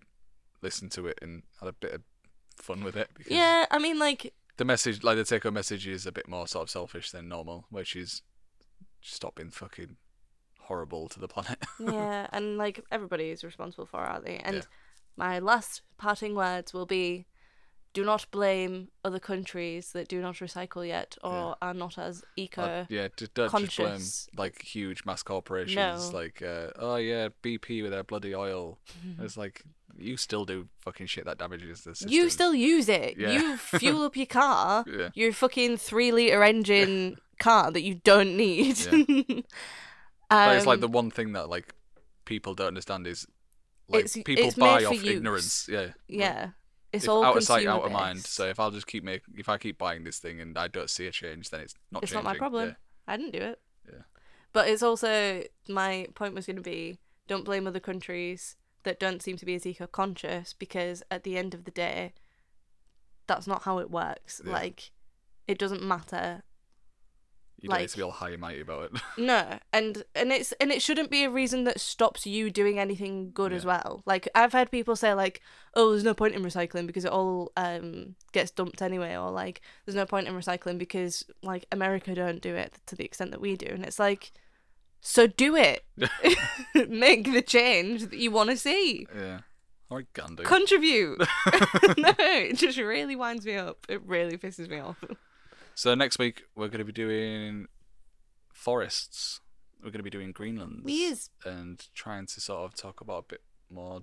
B: listened to it and had a bit of fun with it. Because
A: Yeah, I mean, like,
B: The message, like the take-home message, is a bit more sort of selfish than normal, which is stop being fucking horrible to the planet.
A: yeah, and like everybody is responsible for, it, aren't they? And
B: Yeah.
A: my last parting words will be. Do not blame other countries that do not recycle yet or are not as eco.
B: Uh, yeah, just, don't just blame
A: conscious.
B: like huge mass corporations
A: No.
B: like uh, oh yeah, BP with their
A: [laughs]
B: bloody oil. it's like you still do fucking shit that damages the system.
A: You still use it.
B: Yeah.
A: You fuel up your [laughs] car.
B: Yeah.
A: Your fucking three liter engine car that you don't need.
B: But it's
A: [laughs]
B: like
A: Um,
B: the one thing that like people don't understand is like
A: It's-
B: people
A: it's made
B: buy
A: for
B: off
A: use.
B: ignorance. Yeah.
A: yeah, it's
B: If
A: all
B: out of sight, out of
A: consumer-based.
B: mind. So if I'll just keep make, if I keep buying this thing and I don't see a change, then it's not.
A: it's not my
B: changing.
A: problem.
B: Yeah.
A: I didn't do it.
B: Yeah.
A: But it's also my point was going to be don't blame other countries that don't seem to be as eco conscious because at the end of the day, that's not how it works.
B: Yeah.
A: Like, it doesn't matter
B: You don't need
A: Like-
B: to be all high and mighty about it. [laughs]
A: No, and and it's and it shouldn't be a reason that stops you doing anything good as
B: Yeah.
A: well. Like I've had people say like, "Oh, there's no point in recycling because it all um gets dumped anyway," or like, "There's no point in recycling because like America don't do it to the extent that we do," and it's like, so do it, [laughs]
B: [laughs]
A: make the change that you want to see,
B: yeah. All right, Gandhi. [laughs]
A: contribute. [laughs] no, it just really winds me up. It really pisses me off.
B: So next week we're going to be doing forests. We're going to be doing Greenlands.
A: We is.
B: And trying to sort of talk about a bit more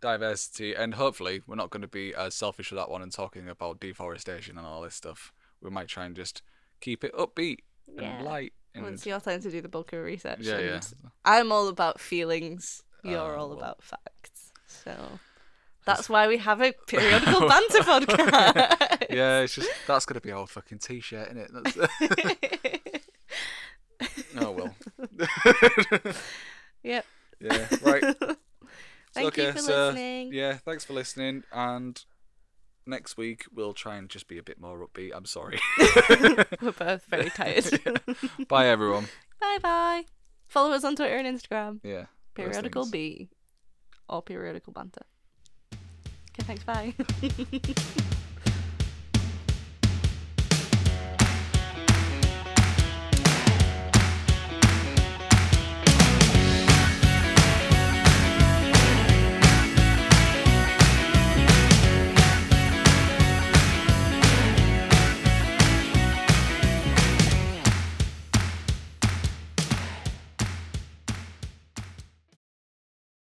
B: diversity, and hopefully we're not going to be as selfish with that one and talking about deforestation and all this stuff. We might try and just keep it upbeat and
A: Yeah.
B: light. And
A: Well, it's your turn to do the bulk of research.
B: yeah,
A: and
B: yeah.
A: I'm all about feelings. You're
B: Oh,
A: all
B: well.
A: about facts. So that's why we
B: [laughs]
A: have a periodical banter podcast.
B: Yeah, it's just that's gonna be our fucking t-shirt, isn't it?
A: [laughs]
B: That's, [laughs] oh well.
A: yep.
B: yeah,
A: [laughs]
B: right.
A: Thank you
B: okay,
A: for
B: so,
A: listening.
B: Yeah, thanks for listening. And next week we'll try and just be a bit more upbeat. I'm sorry.
A: We're both
B: [laughs]
A: very tired. [laughs]
B: Bye everyone.
A: bye bye. Follow us on Twitter and Instagram.
B: Yeah. those
A: Periodical
B: things.
A: B or periodical banter. Okay, thanks. Bye.